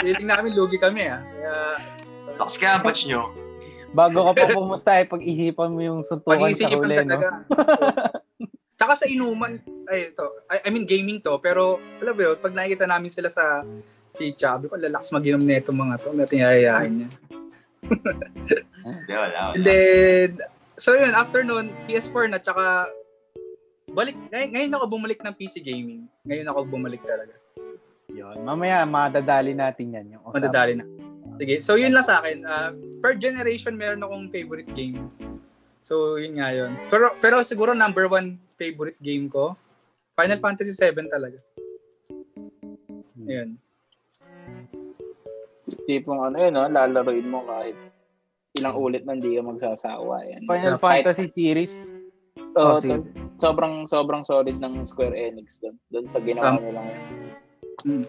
Feeling namin lugi kami ah. Kaya, Tapos kaya ang batch nyo, Bago ka pa pumusta, eh, pag-isipan mo yung suntukan sa Pag-iisipan huli, no? talaga. Tsaka sa inuman, ay, ito, I, I mean gaming to, pero alam mo yun, pag nakikita namin sila sa chicha, sabi ko, lalakas mag-inom na itong mga to, natin Ah. yayayain niya. hindi wala. And wala. then, so yun, after nun, PS4 na, tsaka, balik, ngay- ngayon ako bumalik ng PC gaming. Ngayon ako bumalik talaga. Yun. Mamaya, madadali natin yan. Yung usapan. Madadali na. Sige, so yun lang sa akin. Ah, per generation, meron akong favorite games. So, yun nga yun. Pero, pero siguro number one favorite game ko, Final Fantasy 7 talaga. Ayun. Hmm. Tipong ano yun, no? lalaroin mo kahit ilang Hmm. ulit na hindi ka magsasawa. Yan. Final Kahit- Fantasy series. Oo, Oh, sige. tol. sobrang sobrang solid ng Square Enix doon. Doon sa Um, ginawa nila ngayon.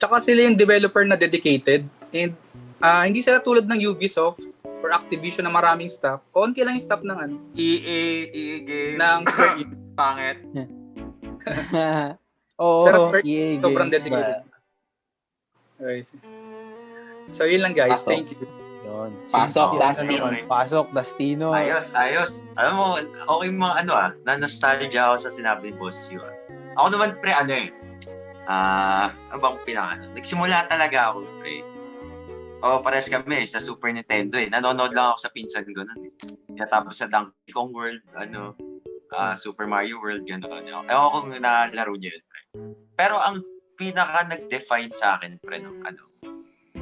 Tsaka sila yung developer na dedicated. And ah, hindi sila tulad ng Ubisoft or Activision na maraming staff. Konti lang yung staff ng ano. EA, EA games. Ng Square pangit. Oo, Pero oh, per- EA Sobrang games ba? dedicated. Okay. So yun lang Ah, guys. Pasok. Thank you. Yun. Pasok, Sige, Dastino. ano naman? Pasok, Dastino. Ayos, ayos. Alam mo, okay yung mga ano ah, na nostalgia ako sa sinabi ni Boss Yu. ah. Ako naman pre, ano eh. Ah, ano bang pinaka? Nagsimula talaga ako pre. Oo, pares kami sa Super Nintendo eh. Nanonood lang ako sa pinsan ko nun eh. Natapos sa Donkey Kong World, ano, ah, Super Mario World, gano'n. Ewan ko kung nalaro niyo yun, pre. Pero ang pinaka nag-define sa akin, pre, nung ano,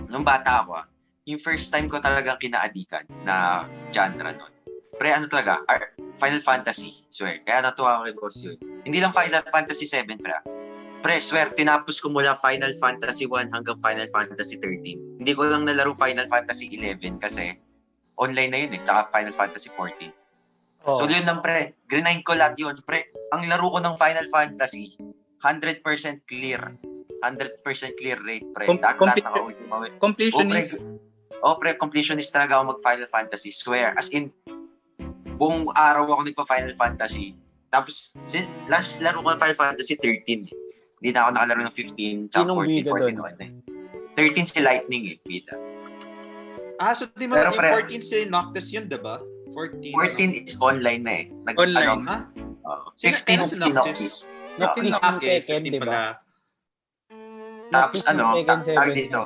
nung bata ako ah, yung first time ko talagang kinaadikan na genre nun. Pre, ano talaga, ar- Final Fantasy, swear. Kaya natuwa ako kay Boss yun. Hindi lang Final Fantasy 7, pre. ah. Pre, swear, tinapos ko mula Final Fantasy 1 hanggang Final Fantasy 13 hindi ko lang nalaro Final Fantasy 11 kasi online na yun eh, tsaka Final Fantasy 14. Oh. So yun lang pre, grinind ko lahat yun pre. Ang laro ko ng Final Fantasy, 100% clear. 100% clear rate pre. Com- Lahat lahat complete- naka-ultima win. Completionist. Oh, pre, completionist talaga ako mag-Final Fantasy. Swear. As in, buong araw ako nagpa-Final Fantasy. Tapos, sin- last laro ko ng Final Fantasy 13. eh. Hindi na ako nakalaro ng 15, tsaka Sinong 14, bida 14 doon? ako na eh. 13 si Lightning eh, bida. Ah, so di Pero ba yung pre- 14 si Noctis yun, di ba? 14. 14 is online na eh. Nag, Online. Ano, Ha? oo. Sino- 15 ano is si Noctis. Noctis yung Ah, okay, Tekken, 15 di ba? pala. Tapos Noctis ano, yung Tekken ta- tag 7. dito.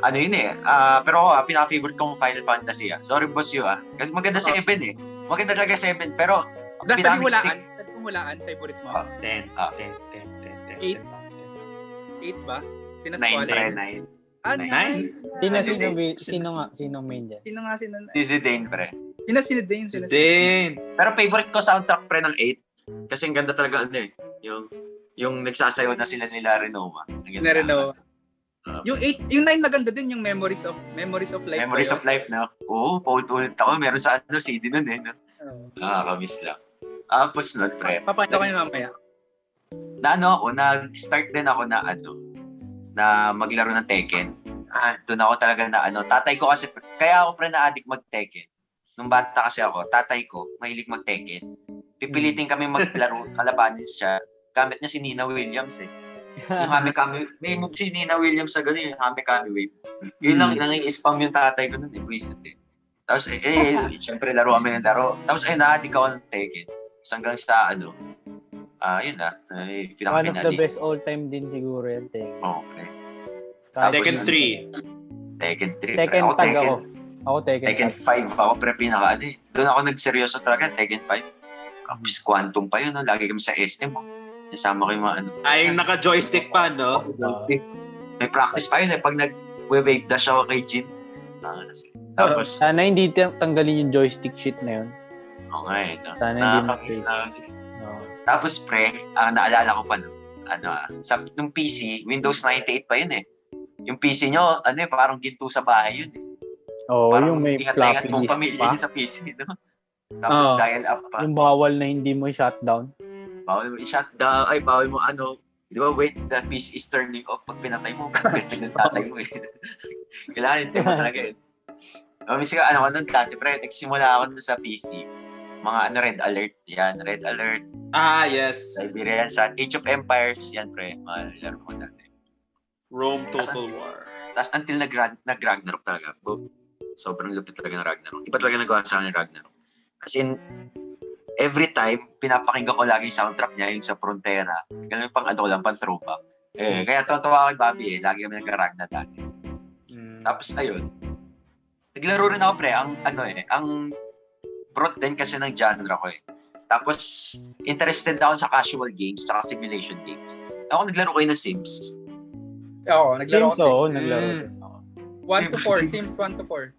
Ano yun eh. ah, pero ako ah, pinaka-favorite kong Final Fantasy ah. Sorry boss you ah. Kasi maganda 7 eh. Maganda talaga 7 pero ang Last na hulaan. pinaka-mistake- Last hulaan, favorite mo. Ah. 10, Ah. 10, 10, 10, 10, 10. Eight. 8 ba? Sina Nine, Squall. pre, nine. Ah, Nine. nice. Sino, Nice. sino, bi- sino nga, sino main dyan? Sino nga sino? Si Zidane pre. Sina sino Dane? Si Sina Dane. Pero favorite ko soundtrack pre ng 8. Kasi ang ganda talaga ano eh. Yung yung nagsasayaw na sila nila Renoma. Ang ganda. Ni Renoma. Yung 8, yung 9 maganda din yung Memories of Memories of Life. oh. Memories of Life na. Oo, paulit-ulit ako. Meron sa ano, CD nun eh. No? Life. Nakakamiss lang. Tapos nun, pre. Papakita ko yun mamaya. na ano ako, nag-start din ako na ano, na maglaro ng Tekken. Ah, doon ako talaga na ano, tatay ko kasi, kaya ako pre na-addict mag-Tekken. Nung bata kasi ako, tatay ko, mahilig mag-Tekken. Pipilitin kami maglaro, kalabanin siya. Gamit niya si Nina Williams eh. Yung kami kami, may move si Nina Williams na gano'n, yung kami kami wave. Yun Mm. lang, nangi-spam yung tatay ko nun, eh, buwisit eh. Tapos, eh, eh, syempre, laro kami ng laro. Tapos, ay, na-addict ako ng Tekken. Tapos hanggang sa, ano, ah, yun na, Oh, ay, One of the pinaka-pinadi. best all-time din siguro yan, Tekken. Okay. Kahit- Tekken Tapos, 3. Tekken 3. Tekken ako, tag Tekken, ako. Ako Tekken, Tekken tag. 5 ako, pre, pinaka ano eh. Doon ako nagseryoso talaga, Tekken 5. Mm. Tapos Quantum pa yun, no? lagi kami sa SM. Oh. Nasama ko yung mga ano. Ay, Ah, yung naka-joystick pa, no? joystick. Ah. May practice pa yun eh, pag nag-wave dash ako kay Jin. Ah, kasi- tapos, Sana hindi tang- tanggalin yung joystick shit na yun. oo nga eh. No? Sana hindi Nakakamiss, ma-fake. nakakamiss. Oo. Tapos pre, ah, naalala ko pa no, ano, ah, sa, nung PC, Windows 98 pa yun eh. Yung PC nyo, ano eh, parang ginto sa bahay yun. eh. Oo, parang Oh, yung may ingat-ingat floppy mong disk pamilya pa. Ah. yun sa PC, no? Tapos Oo. dial up pa. Yung bawal na hindi mo i-shutdown. bawal mo i-shutdown, ay bawal mo ano, di ba wait, the piece is turning off pag pinatay mo, pag pinatay mo eh. Kailangan hindi mo talaga eh. Oh, miss ka, ano ko nun dati, pre, nagsimula ako nun sa PC. Mga ano, red alert, yan, red alert, Ah, yes. Siberian Sun, Age of Empires, yan, pre, mga laro ko dati. Rome Total War. Tapos until nag, nag Ragnarok talaga. Bo, sobrang lupit talaga ng Ragnarok. Iba talaga nagawa sa akin ng Ragnarok. As in, every time, pinapakinggan ko lagi yung soundtrack niya, yung sa Frontera. Ganun pang ano ko lang, pang throwback. Eh, kaya tuwa ako kay Bobby eh. Lagi kami nag-Ragnar dati. Mm. Tapos ayun, naglaro rin ako pre, ang ano eh, ang broad din kasi ng genre ko eh. Tapos, interested ako sa casual games, sa simulation games. Ako naglaro kayo ng Sims. Oo, naglaro Games ako sa oo, naglaro Mm. din Mm. ako. 1 to 4. Sims 1 to 4.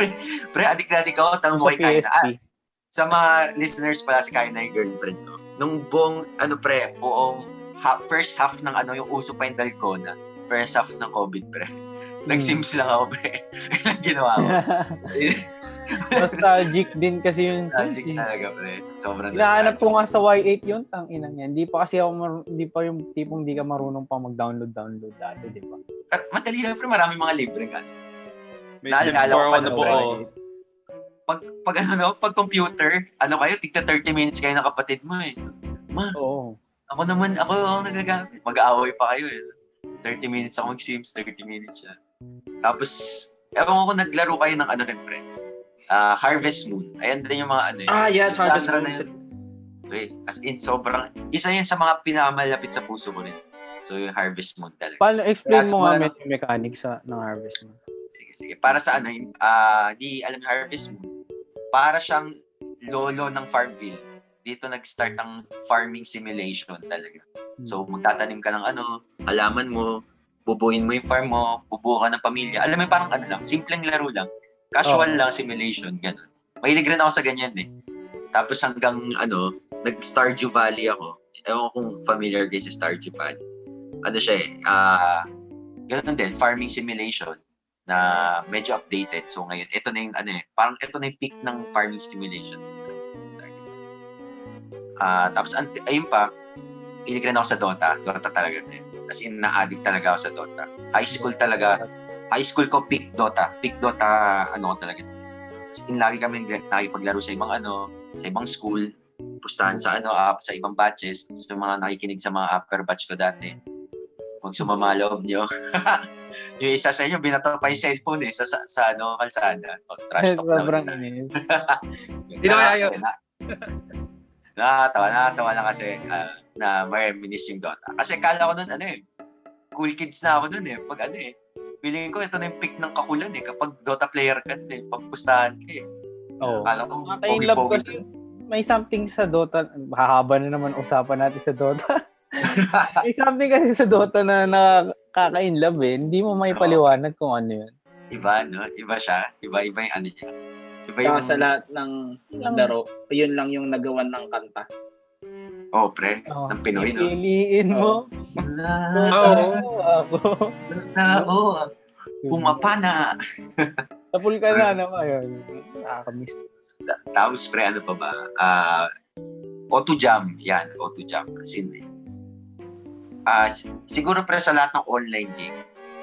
pre, pre, adik-adik ako, tanong mo Sa kay Kaina. PSP. Ah, sa mga listeners pala si Kaina yung girlfriend ko. Nung buong, ano pre, buong ha- first half ng ano, yung uso pa yung Dalgona. First half ng COVID, pre. Hmm. Nag-sims lang ako, pre. Yun ang ginawa ko. Nostalgic din kasi yung Magic Sims. eh. talaga, pre. Sobrang Hinahanap nostalgic. ko nga sa Y8 yun, tang inang yan. Di pa kasi ako, mar- di pa yung tipong di ka marunong pa mag-download-download dati, di ba? Pero Madali lang, pre. Maraming mga libre ka. May Sims Naalala ko pa 4 ako na na, buo. Pag, pag ano, no, pag computer, ano kayo, tigta 30 minutes kayo ng kapatid mo, eh. Ma, Oo. ako naman, ako ako nagagamit. Mag-aaway pa kayo, eh. 30 minutes ako mag-sims, 30 minutes siya. Tapos, ewan ko kung naglaro kayo ng ano rin, pre. Ah, Harvest Moon. Ayan din yung mga ano yun. Ah, yes, Harvest Genre Moon. na yun, pre. As in, sobrang, isa yan sa mga pinamalapit sa puso ko rin. So yung harvest moon talaga. Paano, explain Last mo nga one. men, yung mechanics sa, ng harvest mo. Sige, sige. Para sa ano, yun, ah, di alam ni Harvest Moon, para siyang lolo ng Farmville. Dito nag-start ang farming simulation talaga. So, magtatanim ka ng ano, halaman mo, bubuin mo yung farm mo, bubuo ka ng pamilya. Alam mo, yun, parang ano lang, simpleng laro lang. Casual lang simulation, ganun. Mahilig rin ako sa ganyan eh. Tapos hanggang ano, nag-Stardew Valley ako. Ewan ko kung familiar kayo sa Stardew Valley. Ano siya eh, ah, ganun din, farming simulation na medyo updated. So ngayon, ito na yung ano eh, parang ito na yung peak ng farming simulation. Ah, tapos ant- ayun pa, ilig rin ako sa Dota. Dota talaga. Eh. As in, na-addict talaga ako sa Dota. High school talaga. High school ko, peak Dota. Peak Dota, ano ko talaga. As in, lagi kami nag- nakipaglaro sa ibang ano, sa ibang school. Pustahan sa ano, ah, sa ibang batches. So, mga nakikinig sa mga upper batch ko dati. Huwag sumama loob nyo. yung isa sa inyo, binato pa yung cellphone eh, sa, sa, sa ano, kalsada. O, trash talk naman. Sobrang inis. Hindi na kaya yun. Nakakatawa, nakakatawa lang kasi ah, na ma-reminis yung Dota. Kasi kala ko nun, ano eh, cool kids na ako nun eh. Pag ano eh, feeling ko ito na yung peak ng kakulan eh. Kapag Dota player ka nun eh, pagpustahan ka eh. Oo. Kala ko, Matay yung love pogi-pogi. kasi may something sa Dota. Mahaba na naman usapan natin sa Dota. may something kasi sa Dota na nakaka-in love eh. Hindi mo may Oo. paliwanag kung ano yun. Iba, no? Iba siya. Iba-iba yung ano niya. Iba Kaya yung, sa lahat ng laro, yun lang yung nagawan ng kanta. oh pre, Oh. ng Pinoy, no? Piliin mo. Na, Dota mo ako. na, oh, pumapa na. Tapul ka na naman yun. Nakakamiss. Tapos pre, ano pa ba? Ah, auto jam, yan, auto jam. As in, ah, s- siguro pre sa lahat ng online game.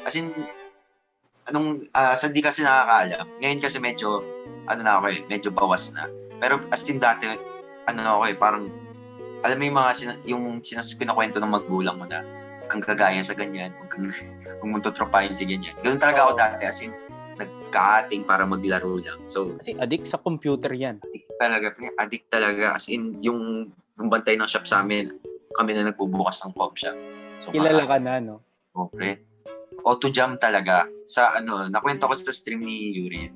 As in, anong, ah, sa di kasi nakakaalam, ngayon kasi medyo, ano na ako eh, medyo bawas na. Pero as in dati, ano ako eh, parang, alam mo yung mga, sina- yung sinas kinakwento ng magulang mo na, huwag kang kagaya sa ganyan, huwag kang, huwag mong tutropahin si ganyan. Ganun talaga ako dati, as in, nagka-ating para maglaro lang. So, Kasi addict sa computer yan. addict talaga, pre. Addict talaga. As in, yung bantay ng shop sa amin, kami na nagbubukas ng pop shop. So, Kilala ka na, no? Oh, pre. Auto jam talaga. Sa ano, nakwento ko sa stream ni Yuri.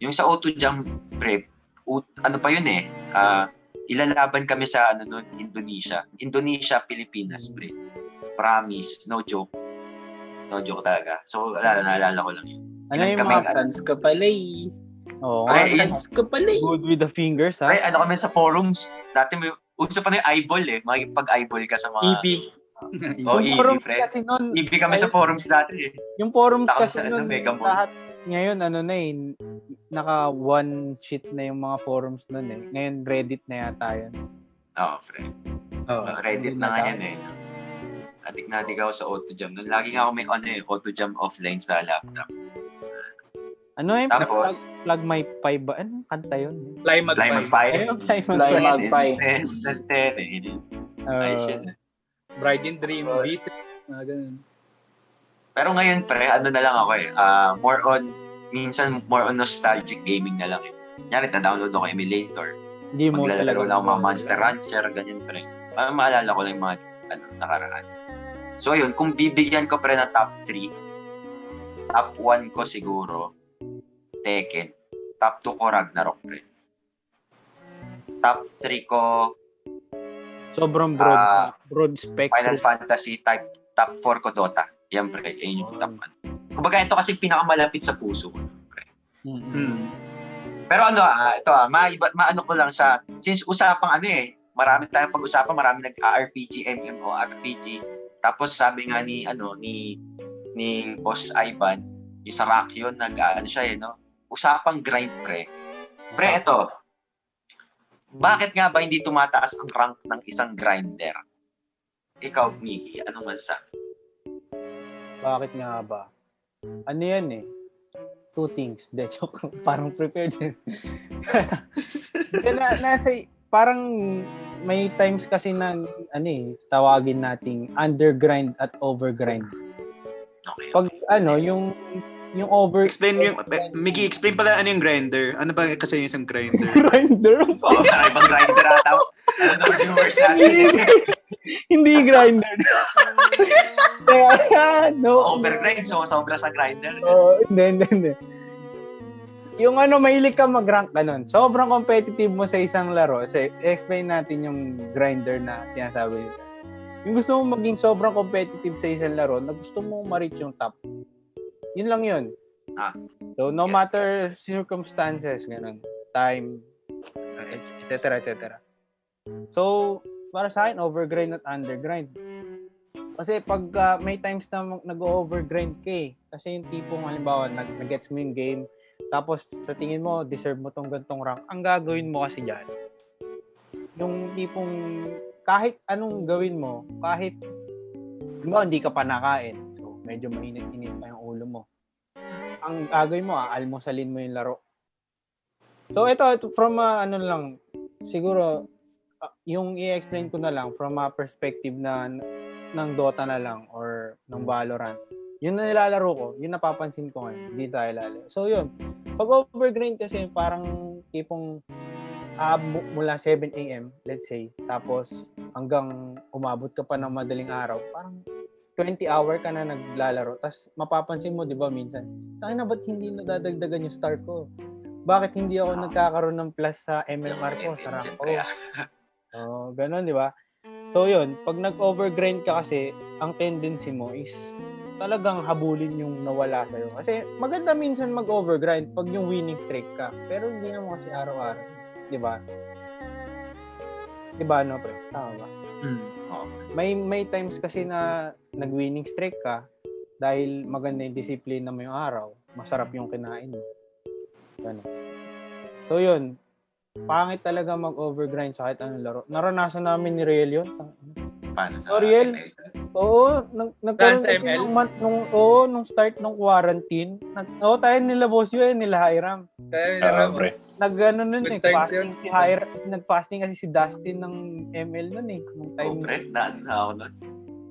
Yung sa auto jam, pre, ut- ano pa yun eh, ah, ilalaban kami sa ano nun, Indonesia. Indonesia, Hmm. Pilipinas, pre. Promise, no joke. No joke talaga. So, alala, naalala ko lang yun. Ano Ilan yung kami? mga... Stance ka pala eh. Oo. Ay, nga, yun. Stance ka pala eh. good with the fingers, ha? Pre, ano kami sa forums? Dati may, uso pa na yung eyeball eh. Makikipag-eyeball ka sa E mga... EB. Oh, yung EB, forums pre. kasi nun, Ibi kami sa forums dati eh. Yung forums Takam kasi sa ano, nun, Mega Mall. lahat ngayon ano na eh, naka one sheet na yung mga forums nun eh. Ngayon Reddit na yata yun. Oo, pre. Reddit na nga yan eh. Adik na adik ako sa auto-jam. Noon, lagi nga ako may ano eh, auto-jam offline sa laptop. Ano yung Tapos- plug, plug my pie ba? Ano kanta yun? Fly Fly Magpie. Magpie. Ayun, plug my Fly pie. Magpie. eh. Oo. Ayos yun. Bride and Dream, Beat. Mga ganun. Pero ngayon, pre, ano na lang ako eh. ah, more on, minsan more on nostalgic gaming na lang eh. Kunyari, na-download ako emulator. Hindi mo maglalaro talaga- lang ako mga Monster Rancher, ganyan pre. Para maalala ko lang yung mga ano, nakaraan. So yun, kung bibigyan ko pre na top 3, top 1 ko siguro, Tekken. Top 2 ko Ragnarok pre. Top 3 ko Sobrang broad, Ah, broad spectrum. Final Fantasy type, top 4 ko Dota. Yan pre, yun yung top 1. Kumbaga ito kasi pinakamalapit sa puso ko. Mm-mm. Hmm. Pero ano, ah, ito ah, maiba, maano ko lang sa, since usapang ano eh, marami tayong pag-usapan, marami nag-RPG, MMO, RPG. Tapos sabi nga ni, ano, ni, ni Boss Ivan, yung sa Rock yun, nag, ah, ano siya eh, no? Usapang grind, pre. Pre, ito. Bakit nga ba hindi tumataas ang rank ng isang grinder? Ikaw, Miki, ano man sa? Bakit nga ba? Ano yan eh? Two things. De, joke. parang prepared. De, na, nasa, parang may times kasi na ano eh, tawagin nating undergrind at overgrind. Okay. Pag ano, yung yung over Explain mo yung, Miggy, explain pala ano yung grinder. Ano ba kasi yung isang grinder? grinder. Oh, sa ibang grinder ata. Ano, viewers natin. Hindi grinder. Kaya, no. Overgrind, so sobra sa grinder. Oo, hindi, hindi, hindi. Yung ano, mahilig ka mag-rank ka nun. Sobrang competitive mo sa isang laro. So, explain natin yung grinder na tinasabi nila. Yung gusto mong maging sobrang competitive sa isang laro, na gusto mong ma-reach yung top. Yun lang yun. Ah. So, no Yes, matter circumstances, ganun, time, etc. etc. So, para sa akin, overgrind at undergrind. Kasi pag ah, may times na mag- nag-overgrind ka eh, kasi yung tipong halimbawa, nag- nag-gets mo yung game, tapos sa tingin mo, deserve mo tong gantong rank, ang gagawin mo kasi dyan, yung tipong kahit anong gawin mo, kahit halimbawa, hindi ka pa nakain, so medyo mainit-init pa yung ulo mo, ang gagawin mo, aalmosalin mo yung laro. So ito, ito from ah, ano lang, siguro ah, yung i-explain ko na lang from a perspective na n- ng Dota na lang or ng Valorant. Yun na nilalaro ko, yun napapansin ko ngayon, hindi tayo lalo. So yun, pag overgrind kasi parang tipong ah, mu- mula 7 a.m., let's say, tapos hanggang umabot ka pa ng madaling araw, parang 20 hour ka na naglalaro. Tapos mapapansin mo, di ba, minsan, tayo na ba't hindi nadadagdagan yung star ko? Bakit hindi ako Ah. nagkakaroon ng plus sa MMR ko, sa rank ko? Oh, ganun, di ba? So, yun. Pag nag-overgrind ka kasi, ang tendency mo is talagang habulin yung nawala sa'yo. Kasi maganda minsan mag-overgrind pag yung winning streak ka. Pero hindi naman kasi araw-araw. Di ba? Di ba, no, pre? Tama ba? May, may times kasi na nag-winning streak ka dahil maganda yung disiplina mo yung araw. Masarap yung kinain mo. Ganun. So, yun pangit talaga mag-overgrind sa kahit anong laro. Naranasan namin ni Riel yun. Paano sa Ariel? ML? Oo, nag nagkaroon Trans kasi ML? nung, month, nung, oo, nung start ng quarantine. Nag, oo, tayo nila boss yun, eh, nila Hiram. Kaya yun, Ah, alam mo, pre. Nag-ano nun eh, Good times fasting yun. si Hiram. Nag-fasting kasi si Dustin ng ML nun eh. Nung time, Oh, pre, na, na ako nun.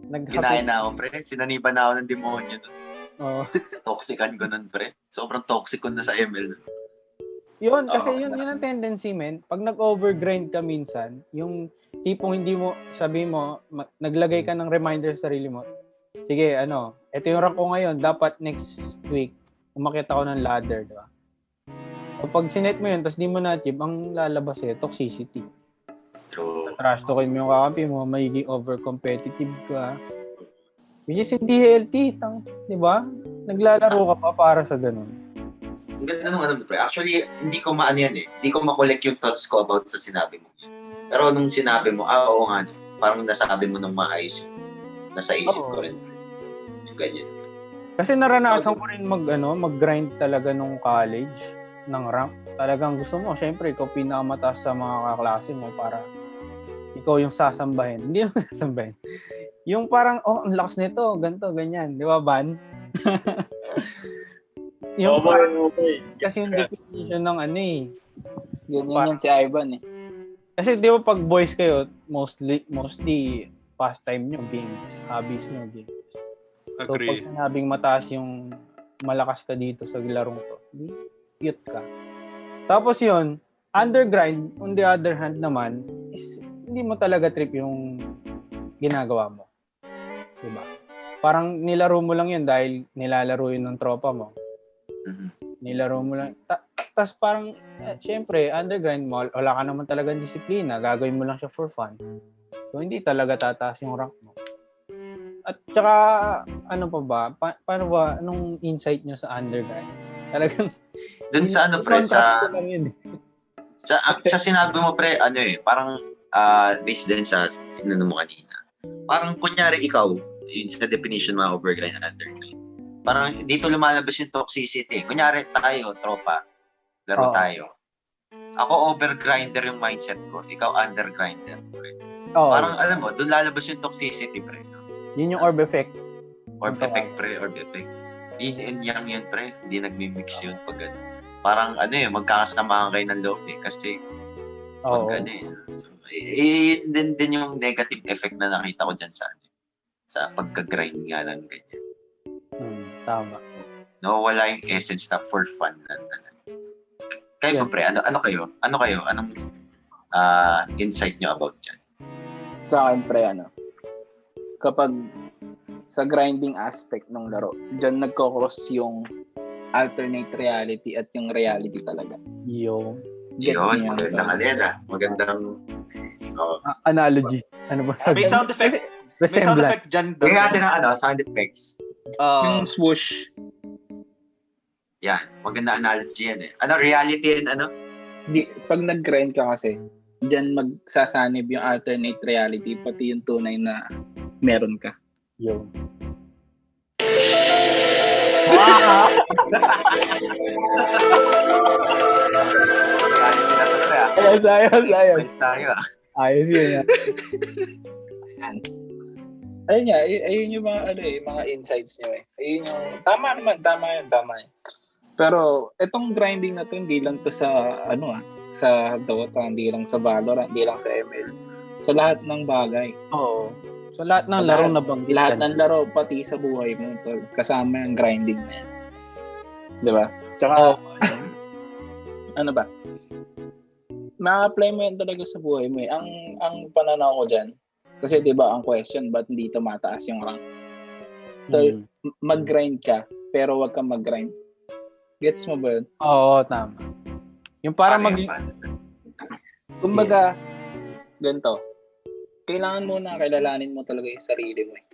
nag- Ginain na ako, pre. Sinaniba na ako ng demonyo nun. Oo. Toxican ko nun, pre. Sobrang toxic ko na sa ML. nun. Yun, kasi Oo, yun, sarap. yun ang tendency, men. Pag nag-overgrind ka minsan, yung tipong hindi mo, sabi mo, ma- naglagay ka ng reminder sa sarili mo. Sige, ano, ito yung rank ko ngayon, dapat next week, umakit ako ng ladder, di ba? So, pag sinet mo yun, tapos di mo na-achieve, ang lalabas eh, toxicity. True. Trash talkin mo yung kakampi mo, magiging over-competitive ka. Which is hindi healthy, tang, di ba? Naglalaro ka pa para sa ganun. Ang ganda nung ano, pre. Actually, hindi ko maano yan eh. Hindi ko makollect yung thoughts ko about sa sinabi mo. Pero nung sinabi mo, ah, oo nga, parang nasabi mo nung maayos yun. Nasa isip Oo. ko rin, pre. Yung ganyan. Kasi naranasan ko rin mag, ano, mag-grind talaga nung college ng rank. Talagang gusto mo, syempre, ikaw pinakamataas sa mga kaklase mo para ikaw yung sasambahin. Hindi yung sasambahin. Yung parang, oh, ang lakas nito, ganito, ganyan. Di ba, Ban? yung Opo, parang opo. kasi yung definition ng ano eh. Ganyan yan si Ivan eh. Kasi di ba pag boys kayo, mostly, mostly pastime nyo, games, hobbies nyo, games. So, pag Agree. sinabing mataas yung malakas ka dito sa larong to, di, cute ka. Tapos yun, undergrind, on the other hand naman, is hindi mo talaga trip yung ginagawa mo. Diba? Parang nilaro mo lang yun dahil nilalaro yun ng tropa mo. Mhm. Nilaro mo lang. Ta- tas parang, eh, syempre, undergrind mo, wala ka naman talagang disiplina. Gagawin mo lang siya for fun. So, hindi talaga tataas yung rank mo. At saka, ano pa ba? Pa- paano ba? Anong insight nyo sa undergrind? Talagang, Dun sa ano, pre, contrast sa... ko lang yun. eh. Sa, sa sinabi mo, pre, ano eh, parang ah based din sa ano mo kanina. Parang kunyari ikaw, yun sa definition mga overgrind and undergrind. Parang dito lumalabas yung toxicity. Kunyari tayo, tropa, laro Oo. tayo. Ako overgrinder yung mindset ko. Ikaw undergrinder. Pre. Oo, Parang alam mo, doon lalabas yung toxicity, pre. yun yung orb effect. Orb Tama. effect, pre. Orb effect. Yin and yang yun, pre. Hindi nagmimix yun pag ano. Parang ano eh, magkakasamahan kayo ng loob eh. Kasi Oh. Oo. Pag ano eh. So, eh, yun din, din yung negative effect na nakita ko dyan sa ano, sa Hmm. pagka-grind nga lang ganyan. Hmm, tama. Nawawala yung essence na for fun na talaga. Kayo ba, pre, ano, ano kayo? Ano kayo? Anong ah, insight nyo about dyan? Sa akin pre ano. kapag sa grinding aspect ng laro, dyan nagko-cross yung alternate reality at yung reality talaga. Yung Gets Yun, niya. magandang ano yan ah. Magandang... Oh. ah, analogy. Ano ba sabi? May sound effect. May Resemblance. sound Hmm, effect dyan. Bigyan natin ng ano, sound effects. Uh, yung swoosh. Yan, maganda analogy yan eh. Ano, reality and ano? Di, pag nag-grind ka kasi, dyan magsasanib yung alternate reality, pati yung tunay na meron ka. Yung. Reality na to pre ah. Ayos, ayos, ayos. Expense tayo ah. Ayos yun. ah. Ayun nga, ay- ayun yung mga, ano eh, mga insights nyo eh. Ayun yung, tama naman, tama yun, tama yun. Pero, itong grinding na to, hindi lang to sa, ano ah, sa Dota, hindi lang sa Valorant, hindi lang sa ML. Sa lahat ng bagay. Oo. So lahat ng laro na bang Lahat ng laro, pati sa buhay mo, tol, kasama yung grinding na yan. Di ba? Tsaka, ano ba? Na-apply mo yan talaga sa buhay mo eh. Ang, ang pananaw ko dyan, kasi di ba ang question, ba't hindi tumataas yung rank? Hmm. Tol, Mm. m- mag-grind ka, pero wag kang mag-grind. Gets mo ba yun? Oo, tama. Yung para Ano mag yun, paano? Kumbaga, ganito. Kailangan mo na kilalanin mo talaga yung sarili mo. eh.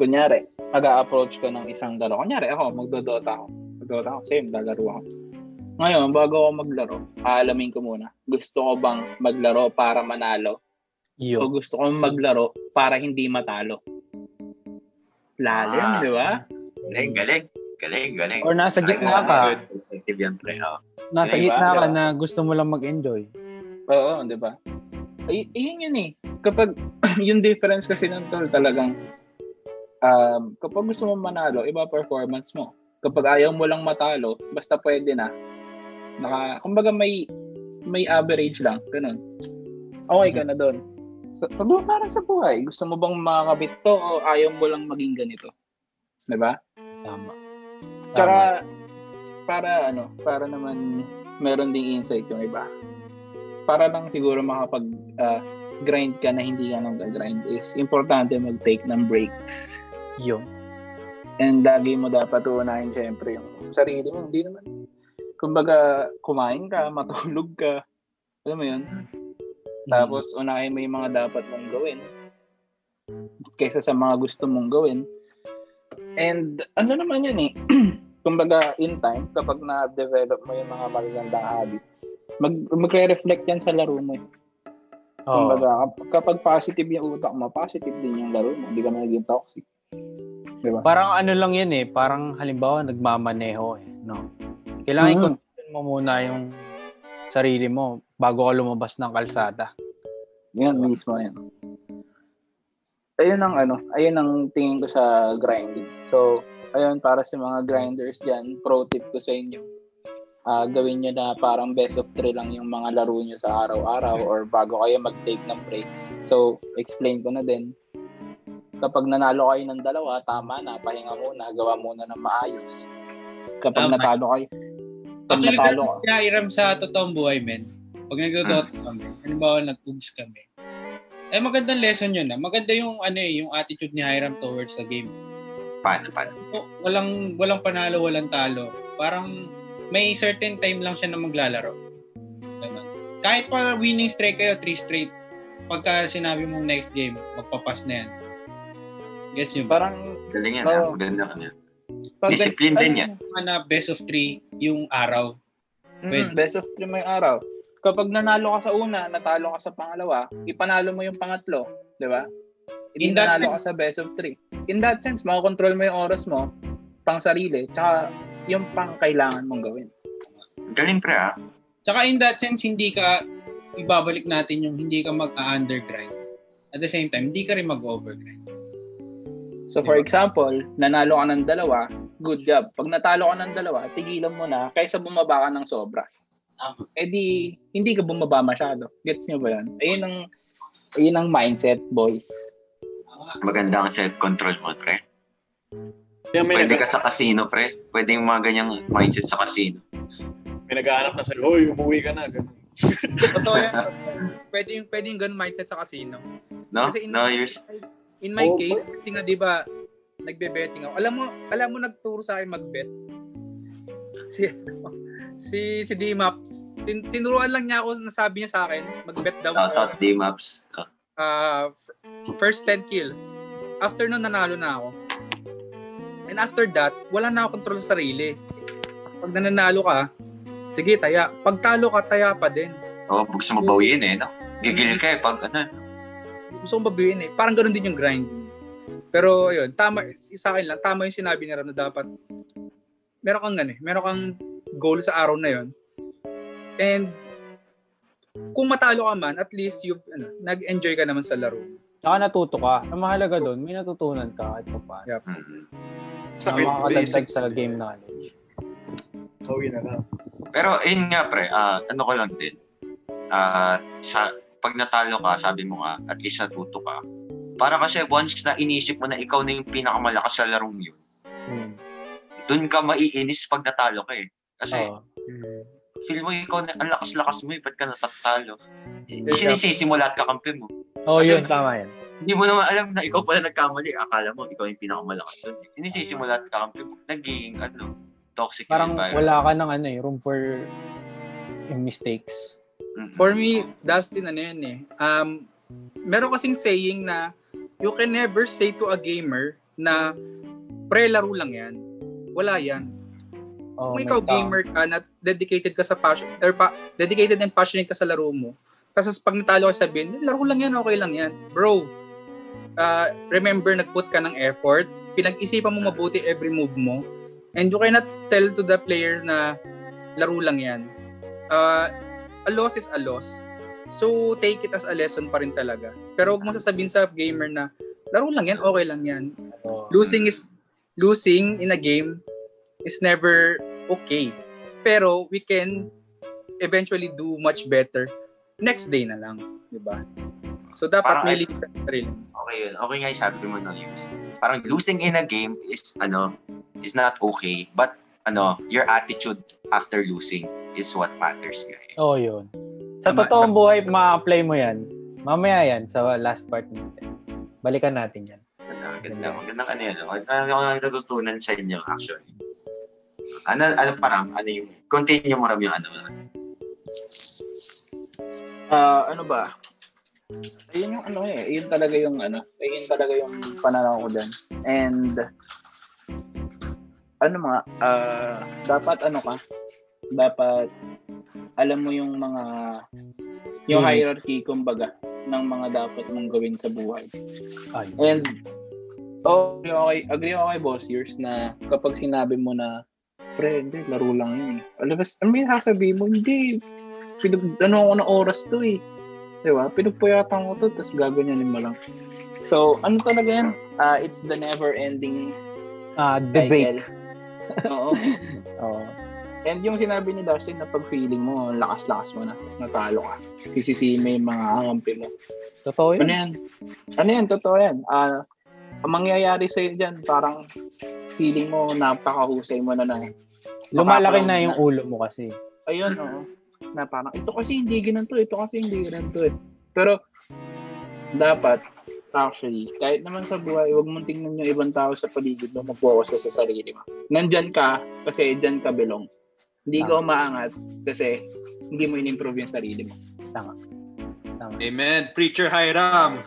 Kunyari, mag approach ka ng isang laro. Kunyari, ako, magdodota ako. Magdodota ako, same, lalaro ako. Ngayon, bago ako maglaro, aalamin ko muna, gusto ko bang maglaro para manalo o Yun. gusto ko maglaro para hindi matalo? Lalim, Ah. di ba? Galing, galing. Galing, galing. Or nasa gitna ka. Perspective yan pre. Oh. Nasa Diba? gitna ka na gusto mo lang mag-enjoy. Oo, di ba? Ay, ayun yun eh. Kapag, yung difference kasi nun tol talagang, um, kapag gusto mo manalo, iba performance mo. Kapag ayaw mo lang matalo, basta pwede na. Naka, kumbaga may, may average lang, ganun. Okay ka na doon. So, sabi mo, parang sa buhay, gusto mo bang makakabit to o ayaw mo lang maging ganito? Di ba? Tama. Tsaka, para ano, para naman meron ding insight yung iba. Para lang siguro makapag ah, grind ka na hindi ka nang grind is importante mag-take ng breaks. Yun. And lagi mo dapat unahin syempre yung sarili mo. Hindi naman. Kumbaga, kumain ka, matulog ka. Alam mo yun? Tapos unahin mo yung mga dapat mong gawin kaysa sa mga gusto mong gawin. And ano naman yun eh, kumbaga in time, kapag na-develop mo yung mga magagandang habits, mag- magre-reflect yan sa laro mo eh. Oo. Kumbaga, kap- kapag positive yung utak mo, positive din yung laro mo. Hindi ka magiging toxic. Diba? Parang ano lang yan eh. Parang halimbawa nagmamaneho eh. No? Kailangan Mm. i-control mo muna yung sarili mo bago ka lumabas ng kalsada. Yan mismo yan. Ayun ang ano, ayun ang tingin ko sa grinding. So, ayun para sa mga grinders diyan, pro tip ko sa inyo. Ah, gawin niyo na parang best of three lang yung mga laro niyo sa araw-araw or bago kayo mag-take ng breaks. So, explain ko na din. Kapag nanalo kayo ng dalawa, tama na, pahinga muna, gawa muna ng maayos. Kapag Tama. natalo kayo, kapag Actually, natalo ka, ganun siya, Iram, sa totoong buhay, men. Pag nagdodota kami, halimbawa nag-ugs kami, eh magandang lesson yun. Ah. Maganda yung ano eh, yung attitude ni Hiram towards the game. Paano, paano? O, walang walang panalo, walang talo. Parang may certain time lang siya na maglalaro. Ganun. Kahit pa winning streak kayo, three straight, pagka sinabi mong next game, magpapas na yan. Guess nyo ba? parang Galing yan ah. Oo. Maganda ka yan. Pag- Discipline din yan. Ano, na best of three yung araw. Mm, best of three may araw. Kapag nanalo ka sa una, natalo ka sa pangalawa, ipanalo mo yung pangatlo, di ba? Hindi In that nanalo ka sa best of three. In that sense, makakontrol mo yung oras mo, pang sarili, tsaka yung pang kailangan mong gawin. Galing pre ah. Tsaka in that sense, hindi ka, ibabalik natin yung hindi ka mag-undergrind. At the same time, hindi ka rin mag-overgrind. So for example, nanalo ka ng dalawa, good job. Pag natalo ka ng dalawa, tigilan mo na kaysa bumaba ka ng sobra. Tama. Eh di, hindi ka bumaba masyado. Gets nyo ba yan? Ayun ang, ayun ang mindset, boys. Maganda ang self-control mo pre. Kaya may, Pwede nag- ka sa casino pre. Pwede yung mga ganyang mindset sa casino. may naghahanap na sa'yo, hoy, umuwi ka na. Ganun. Totoo yan. Pwede yung, pwede yung ganun mindset sa casino. No? Kasi in- No, yours. In my Oh, case, kasi nga 'di ba, nagbe-betting ako. Alam mo, alam mo nagturo sa akin mag-bet. Si si si D-Maps. Tin, tinuruan lang niya ako, nasabi niya sa akin, mag-bet daw. Shout ako, out D-Maps. Oh. ah, f- first 10 kills. After nun, nanalo na ako. And after that, wala na ako control sa sarili. Pag nananalo ka, sige, taya. Pag talo ka, taya pa din. Oh, huwag sumabawiin eh, no? Gigil ka eh pag ano. gusto kong babihin eh. Parang ganun din yung grind. Pero yun, tama, sa akin lang, tama yung sinabi ni Ram na dapat meron kang ano eh, meron kang goal sa araw na yun. And kung matalo ka man, at least you ano, nag-enjoy ka naman sa laro. Saka natuto ka. Ang mahalaga doon, may natutunan ka kahit pa paano. Mm. Ang Sakit. makakadagdag basic. sa game knowledge. Bawi na lang. Pero yun nga pre, ah, ano ko lang din. Ah, sa, pag natalo ka, sabi mo nga, at least natuto ka. Para kasi once na inisip mo na ikaw na yung pinakamalakas sa larong yun, Hmm. dun ka maiinis pag natalo ka eh. Kasi Oo. Hmm. feel mo ikaw na ang lakas-lakas mo eh, ba't ka natatalo? Hindi. Sinisisi mo lahat kakampi mo. Oo, Kasi- yun. Tama yan. Hindi mo naman alam na Hmm. ikaw pala nagkamali. Akala mo, ikaw yung pinakamalakas dun. eh. Sinisisi mo lahat kakampi mo. Nagiging ano, toxic yung Hmm. Parang environment. wala ka ng ano eh, room for yung mistakes. Mm-mm. For me, Dustin, ano yun eh. Um, meron kasing saying na you can never say to a gamer na pre-laro lang yan. Wala yan. Oh, kung may ikaw tao. gamer ka na dedicated ka sa passion or pa, dedicated and passionate ka sa laro mo tapos pag natalo ka sabihin laro lang yan okay lang yan bro uh, remember nagput ka ng effort pinag-isipan mo mabuti every move mo and you cannot tell to the player na laro lang yan uh, a loss is a loss so take it as a lesson pa rin talaga pero huwag mo sasabihin sa gamer na laro lang yan okay lang yan Oo. losing is losing in a game is never okay. Pero we can eventually do much better next day na lang, 'di ba? So dapat Parang may I- limit ka rin. Okay yun. Okay nga yung sabi mo no, Yus. Parang losing in a game is, ano, is not okay. But, ano, your attitude after losing is what matters nga eh. Oo, yun. Sa Tama. totoong buhay, ma-apply mo yan. Mamaya yan, sa last part natin. Balikan natin yan. Ganda, ganda. Magandang ano yun. Ano yung mga natutunan sa inyo, actually. Ano, ano parang, ano yung, continue mo ram yung ano. Ah, ano ba? Ayun yung ano eh. Ayun talaga yung ano. Ayun talaga yung pananaw ko dyan. And, ano mga, ah, dapat ano ka? Dapat, alam mo yung mga, yung Hmm. hierarchy, kumbaga, ng mga dapat mong gawin sa buhay. Ay. And, oh, agree ako kay, agree ako kay Boss Years na kapag sinabi mo na, pre, hindi, laro lang yun. eh." Alam mo, I mean, sasabihin mo, hindi, pinag, ano ako ng oras to eh. Di ba? Pinagpuyatan ko to, tapos gaganyanin mo lang. So, ano talaga yan? Ah, it's the never-ending Ah, debate. cycle. Oo. Oo. And yung sinabi ni Dustin na pag feeling mo, lakas-lakas mo na, tapos natalo ka. Sisisi mo yung mga kampi mo. Totoo Ano yun. yan? Ano yan? Totoo yan. Ah, ang mangyayari sa'yo dyan, parang feeling mo, napakahusay mo na na. Lumalaki na Makakaroon yung ulo mo kasi. Ayun, oo. Na parang, ito kasi hindi ganito, ito kasi hindi ganito eh. Pero, dapat, actually, kahit naman sa buhay, huwag mong tingnan yung ibang tao sa paligid mo, mag-focus ka sa sarili mo. Nandyan ka, kasi dyan ka belong. Hindi ka umaangat, kasi hindi mo in-improve yung sarili mo. Amen. Preacher Hiram.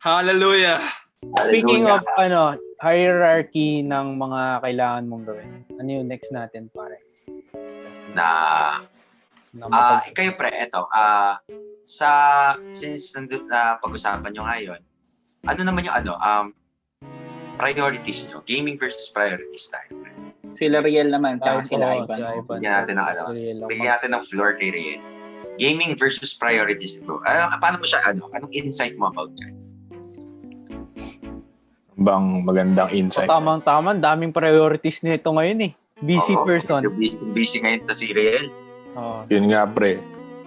Hallelujah. Speaking of ano, hierarchy ng mga kailangan mong gawin. Ano yung next natin, pare? na, Na ah, mapag- kayo pre, eto, ah, sa, since nandun na pag-usapan nyo ngayon, ano naman yung ano, um, priorities nyo, gaming versus priorities tayo. pre. Sila Riel naman, tsaka Ay, sila oo, Ivan. si Ivan. Bigyan natin ng ano. Sorry, lang. Bigyan natin ng floor kay Riel. Gaming versus priorities bro. Ano, paano mo siya, ano, anong insight mo about yan? Bang magandang So, insight. Oh, tamang-tama, daming priorities nito ngayon eh. Busy Oo, person. medyo Busy, busy ngayon to si Riel. Oo. Yun nga pre,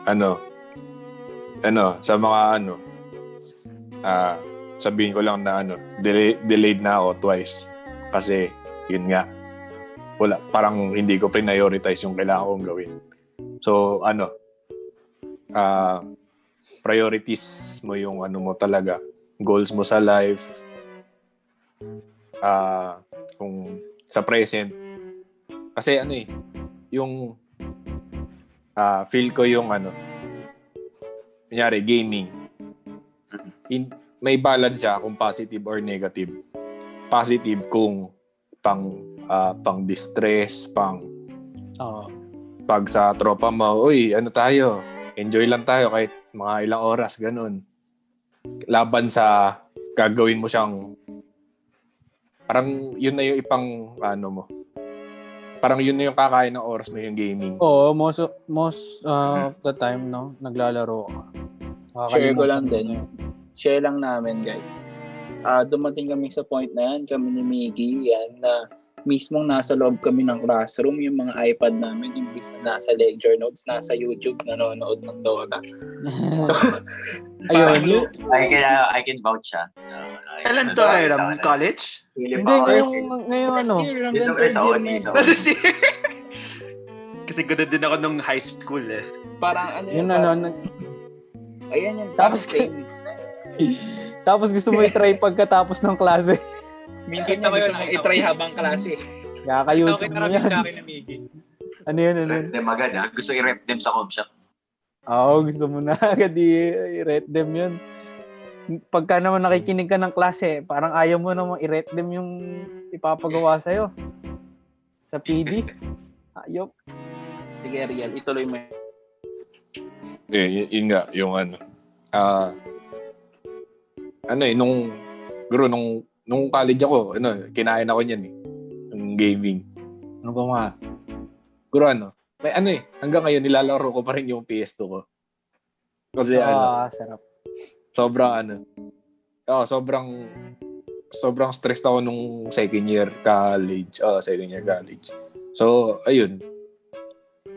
ano, ano, sa mga ano, ah, sabihin ko lang na ano, delay, delayed na ako twice. Kasi, yun nga, wala, parang hindi ko prioritize yung kailangan kong gawin. So, ano, ah, priorities mo yung ano mo talaga, goals mo sa life, ah kung sa present. Kasi ano eh, yung ah feel ko yung ano, kunyari gaming. In, may balance siya kung positive or negative. Positive kung pang ah, pang distress, pang Oo. pag sa tropa mo, uy, ano tayo? Enjoy lang tayo kahit mga ilang oras, ganun. Laban sa gagawin mo siyang parang yun na yung ipang ano mo. Parang yun na yung kakain ng oras mo yung gaming. Oo, most of, most uh, of the time, no, naglalaro ako. Share ko Nakakalimutan lang din. Share lang namin, guys. Ah, dumating kami sa point na yan, kami ni Miggy, yan, na mismong nasa loob kami ng classroom, yung mga iPad namin, yung na nasa lecture notes, nasa YouTube, nanonood ng Dota. Ayun. Parang- I can, uh, I can vouch siya. Uh, I- Kailan ano, to, eh, nakita Hiram? ko na- College? Philip Hindi, ako. ngayong, ngayong ano. Dito ko eh, sa Oni. sa Oni. Last year. Ano Kasi gano'n din ako nung high school eh. Parang ano yun, Yun ano, parang- nag- ayan yung Tapos- same. tapos gusto mo i-try pagkatapos ng klase. Minsan Nakita na ko yun, gusto mong nakita itry ko. habang klase. Ito, Kaka-YouTube mo kinarapit yan. sa akin ni Miggy. Ano yun, ano yun? Rep them agad ah. Gusto i-rep them sa com shop. Oo, gusto mo na agad i- i-rate them yun. Pagka naman nakikinig ka ng klase, parang ayaw mo naman i-rate them yung ipapagawa sa'yo. Sa PD. Ayop. Sige, Riel, ituloy mo. Eh, y- yun nga, yung ano. Ah, ano eh, nung, bro, nung, nung college ako, ano, kinain ako niyan eh. Yung gaming. Ano ba mga, bro, ano, may ano eh, hanggang ngayon nilalaro ko pa rin yung PS2 ko. Kasi ano, Ah, sarap. sobrang ano, oh, sobrang, sobrang stressed ako nung second year college. Oh, second year college. So, ayun.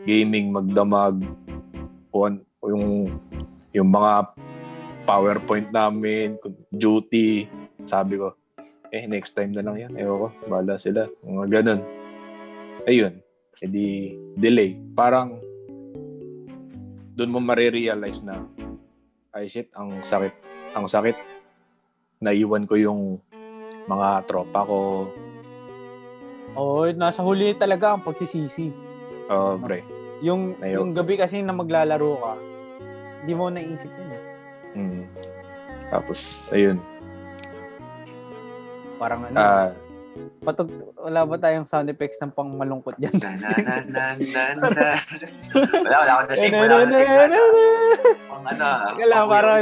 Gaming, magdamag, on, yung, yung mga PowerPoint namin, duty, sabi ko, eh, next time na lang yan. Ewan ko, bahala sila. Mga ganun. Ayun. E di, delay. Parang, doon mo marirealize na, ay shit, ang sakit. Ang sakit. Naiwan ko yung mga tropa ko. Oo, nasa huli talaga ang pagsisisi. Oh, bre. Yung, Ayaw. yung gabi kasi na maglalaro ka, hindi mo naisip yun. eh. Mm. Tapos, ayun. Parang ano, Ah, patog, wala ba tayong sound effects ng pang malungkot dyan? Na na na na na na. Wala, wala ako na save. Wala ako na save. ano? Ang ano. ah, Kala, pabuyo. parang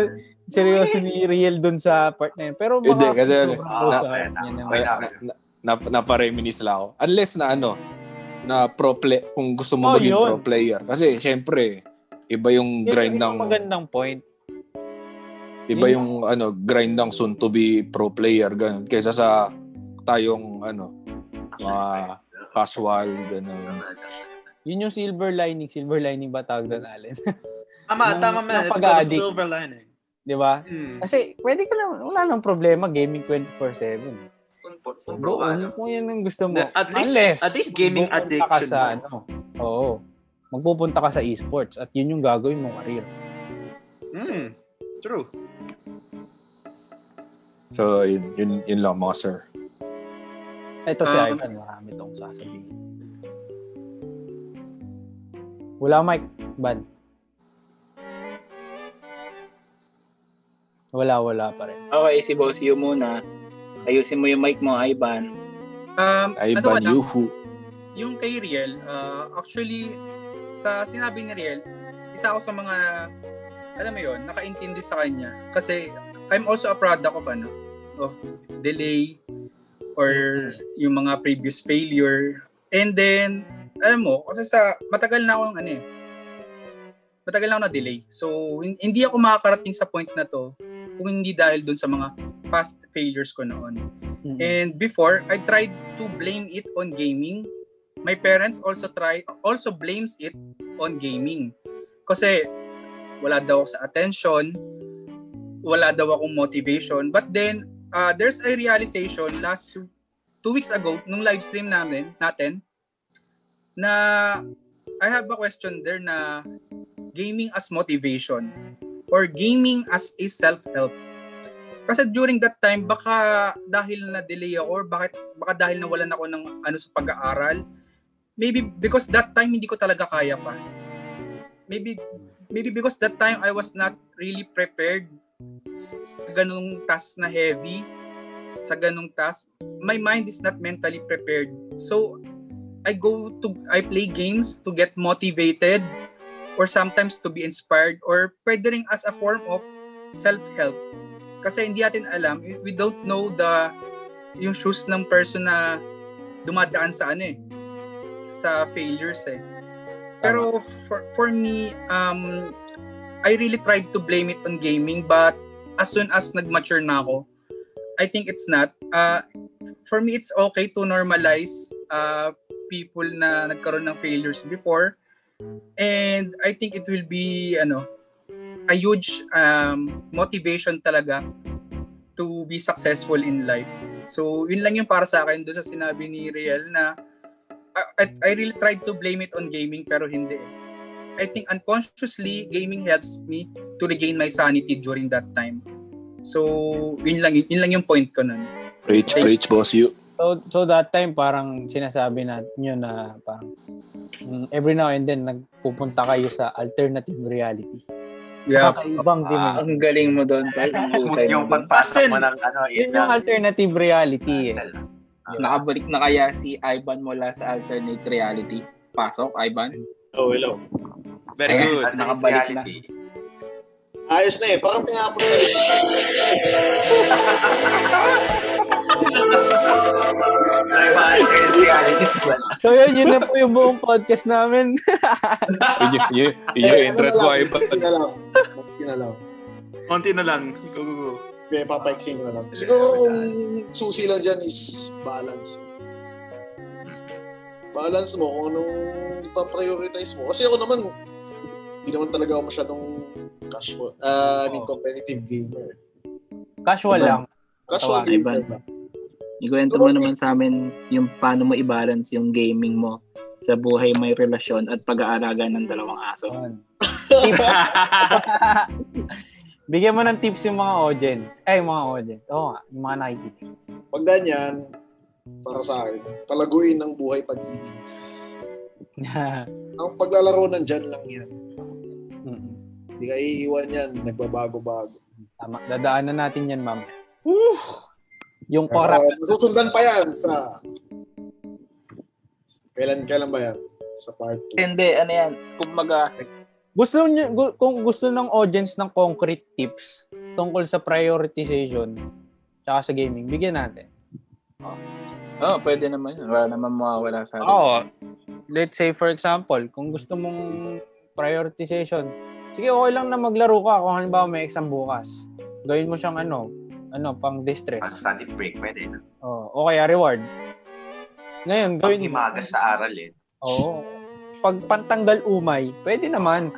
seryoso ni Riel dun sa part na yun. Pero Hindi, mga kasi ano, susubo ah, sa kaya na- yun naman. okay. na, na, na, napareminis lang ako. Unless na ano, na pro play, kung gusto mo Oh, maging yun. pro player. Kasi, syempre, iba yung Yun grind yung ng, magandang point. iba yun yung, ano, grind ng soon to be pro player, ganun. Kesa sa tayong, ano, mga casual, ganun. Yun yung silver lining. Silver lining ba tawag doon, Allen? Tama, Nung- tama man. nung It's called pag-addict. silver lining. Di ba? Hmm. Kasi pwede ka lang, wala nang problema gaming 24-7. Bro, Bro, ano? kung yan ang gusto mo. At least- Unless, at least gaming magpupunta addiction Ka sa, mo. ano, oo. Magpupunta ka sa esports at yun yung gagawin mong career. Hmm. True. So, yun, yun, yun lang mga sir. Ito si Ah. Ivan, marami tong sasabihin. Wala mic, Ban. Wala, wala pa rin. Okay, si Boss Yu muna. Ayusin mo yung mic mo, Ivan. Um, Ay, ano ban wala? you who. Yung kay Riel, ah, actually, sa sinabi ni Riel, isa ako sa mga, alam mo yon nakaintindi sa kanya. Kasi I'm also a product of ano, of delay or yung mga previous failure. And then, alam mo, kasi sa, matagal na akong ano eh, matagal na ako na-delay. So, hin- hindi ako makakarating sa point na to kung hindi dahil dun sa mga past failures ko noon. Mm. Mm-hmm. And before, I tried to blame it on gaming. My parents also try also blames it on gaming. Kasi wala daw ako sa attention, wala daw akong motivation. But then, uh, there's a realization last two weeks ago, nung live stream namin, natin, na I have a question there na gaming as motivation or gaming as a self-help. Kasi during that time, baka dahil na-delay ako or bakit, baka dahil nawalan ako ng ano sa pag-aaral, maybe because that time hindi ko talaga kaya pa. Maybe maybe because that time I was not really prepared sa ganung task na heavy, sa ganung task. My mind is not mentally prepared. So I go to I play games to get motivated or sometimes to be inspired or pwede rin as a form of self-help. Kasi hindi natin alam, we don't know the yung shoes ng person na dumadaan sa ano eh, sa failures eh. Pero for, for me, um, I really tried to blame it on gaming but as soon as nag-mature na ako, I think it's not. Uh, for me, it's okay to normalize uh, people na nagkaroon ng failures before. And I think it will be ano a huge um, motivation talaga to be successful in life. So, yun lang yung para sa akin doon sa sinabi ni Riel na I- I, I really tried to blame it on gaming pero hindi. eh. I think unconsciously, gaming helps me to regain my sanity during that time. So, yun lang, yun lang yung point ko nun. Preach, Thank- preach, boss you. So, so that time parang sinasabi natin yun na parang mm, every now and then nagpupunta kayo sa alternative reality. Yeah. Sa kakaibang Ah, dimension. ang galing mo doon, tol. Ang husay Smooth mo yung doon. pagpasok mo Justin, ng ano, Yun yung alternative reality eh. Nakabalik na kaya si Ivan mula sa alternate reality. Pasok, Ivan. Oh, hello. Very Ayan. good. nakabalik na. Nakabalik Ayos na eh. Parang tinapos na eh. na. Iba, alternate reality. Wala. So yun, yun na po yung buong podcast namin. Yun yung- yun yun yung entrance ko ay pa. na lang. Konti na lang. Konti na lang. Go, go, go. Okay, papaiksin ko na lang. Siguro ang susi lang dyan is balance. Balance mo kung anong ipaprioritize mo. Kasi ako naman, hindi naman talaga ako masyadong casual. Ah, I mean, competitive gamer. Casual Diba? lang. Casual Tawagan gamer ba? Ikwento mo naman sa amin yung paano mo i-balance yung gaming mo sa buhay may relasyon at pag-aalaga ng dalawang aso. Yun. Bigyan mo ng tips yung mga audience. Ay, yung mga audience. Oo nga, yung mga nakikinig. Pag ganyan, para sa akin, palaguin ng buhay pag-ibig. Ang paglalaro nandyan lang yan. Mm-mm. Hindi ka iiwan yan, nagbabago-bago. Tama, dadaanan natin yan, ma'am. Woo! Yung Para oras. masusundan pa yan sa... Kailan, kailan ba yan? Sa part 2. Hindi, ano yan. Kumbaga, Gusto nyo, gu- kung gusto ng audience ng concrete tips tungkol sa prioritization tsaka sa gaming, bigyan natin. oh, pwede naman yun. Wala naman mawawala sa atin. Oo. Let's say, for example, kung gusto mong prioritization, sige, okay lang na maglaro ka kung halimbawa may exam bukas. Gawin mo siyang ano, ano, pang distress. Understanding break, pwede. na. Oo. o kaya reward. Ngayon, gawin Imagas sa aral eh. Oo. Pag pantanggal umay, pwede naman.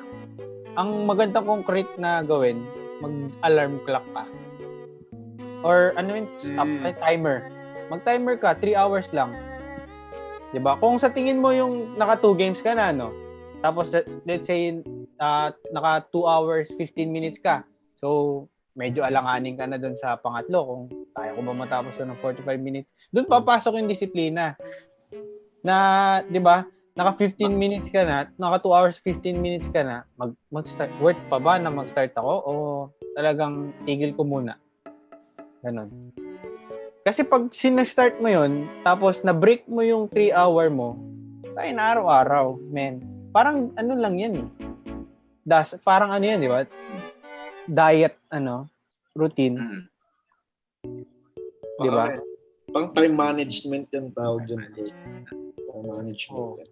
Ang magandang concrete na gawin, mag-alarm clock ka. Or ano yun, stop Mm. eh, timer. Mag-timer ka, 3 hours lang. 'Di ba? Kung sa tingin mo yung naka 2 games ka na, no? Tapos, eh, let's say, ah, naka 2 hours, 15 minutes ka. So, medyo alanganin ka na doon sa pangatlo kung kaya ko ba matapos yun ng 45 minutes. Doon papasok yung disiplina. Na, di ba, naka 15 minutes ka na, naka 2 hours 15 minutes ka na, mag, mag-start, worth pa ba na mag-start ako o talagang tigil ko muna? Ganon. Kasi pag sinastart mo yon tapos na-break mo yung 3 hour mo, tayo na araw-araw, men. Parang ano lang yan eh. Das, parang ano yan, di ba? Diet, ano, routine, Mm. di ba? Baka, eh, Pang time management yung tawag dyan. bro. Time management. Oo. yan.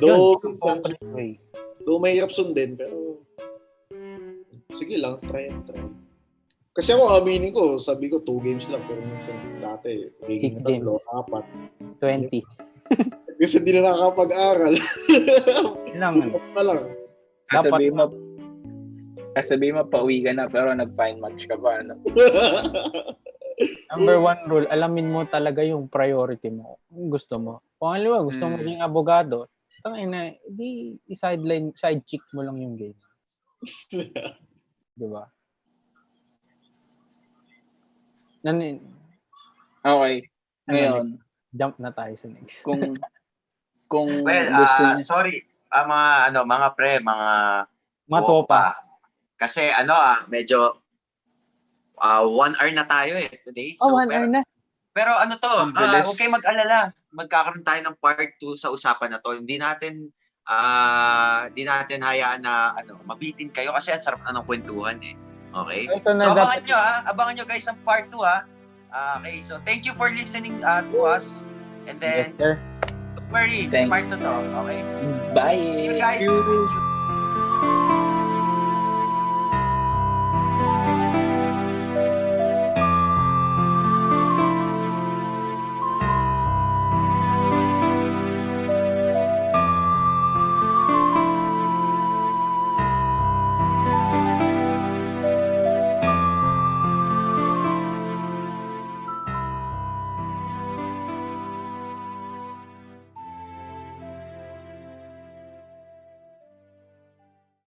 Though, Oh. Yun, minsan, concrete way. though mahirap sundin, pero sige lang, try and try. Kasi ako, aminin ko, sabi ko, two games lang. Pero minsan dati, Six giging na tatlo, apat. 20. Kasi hindi na nakakapag-aral. Yun lang. ano. Mas na lang. Kasabihin mo, kasabihin mo, pauwi ka na pero nag-fine match ka ba? Ano? Eh, Number one rule, alamin mo talaga yung priority mo. Kung gusto mo. Kung alam mo, gusto Hmm. mo Mm. maging abogado, tangin na, di sideline, side chick mo lang yung game. Di ba? Nan- Okay. ano, Ngayon, jump na tayo sa next. kung kung Well, gusto ah, niya. sorry. Ah, mga ano, mga pre, mga Matopa. Kasi ano ah, medyo ah, one hour na tayo eh today. Oh, So, one pero, hour na. Pero ano to, Ang ah, bilis. huwag kayong mag-alala. Magkakaroon tayo ng part 2 sa usapan na to. Hindi natin ah hindi natin hayaan na ano, mabitin kayo kasi ang sarap na ng kwentuhan eh. Okay? Ito na So dapat. abangan nyo ha, abangan nyo guys ang part 2 ha. Ah, okay, so thank you for listening ah, to us. And Yes, then, sir. don't worry, Thanks. part 2 to. Okay? Bye. See you guys.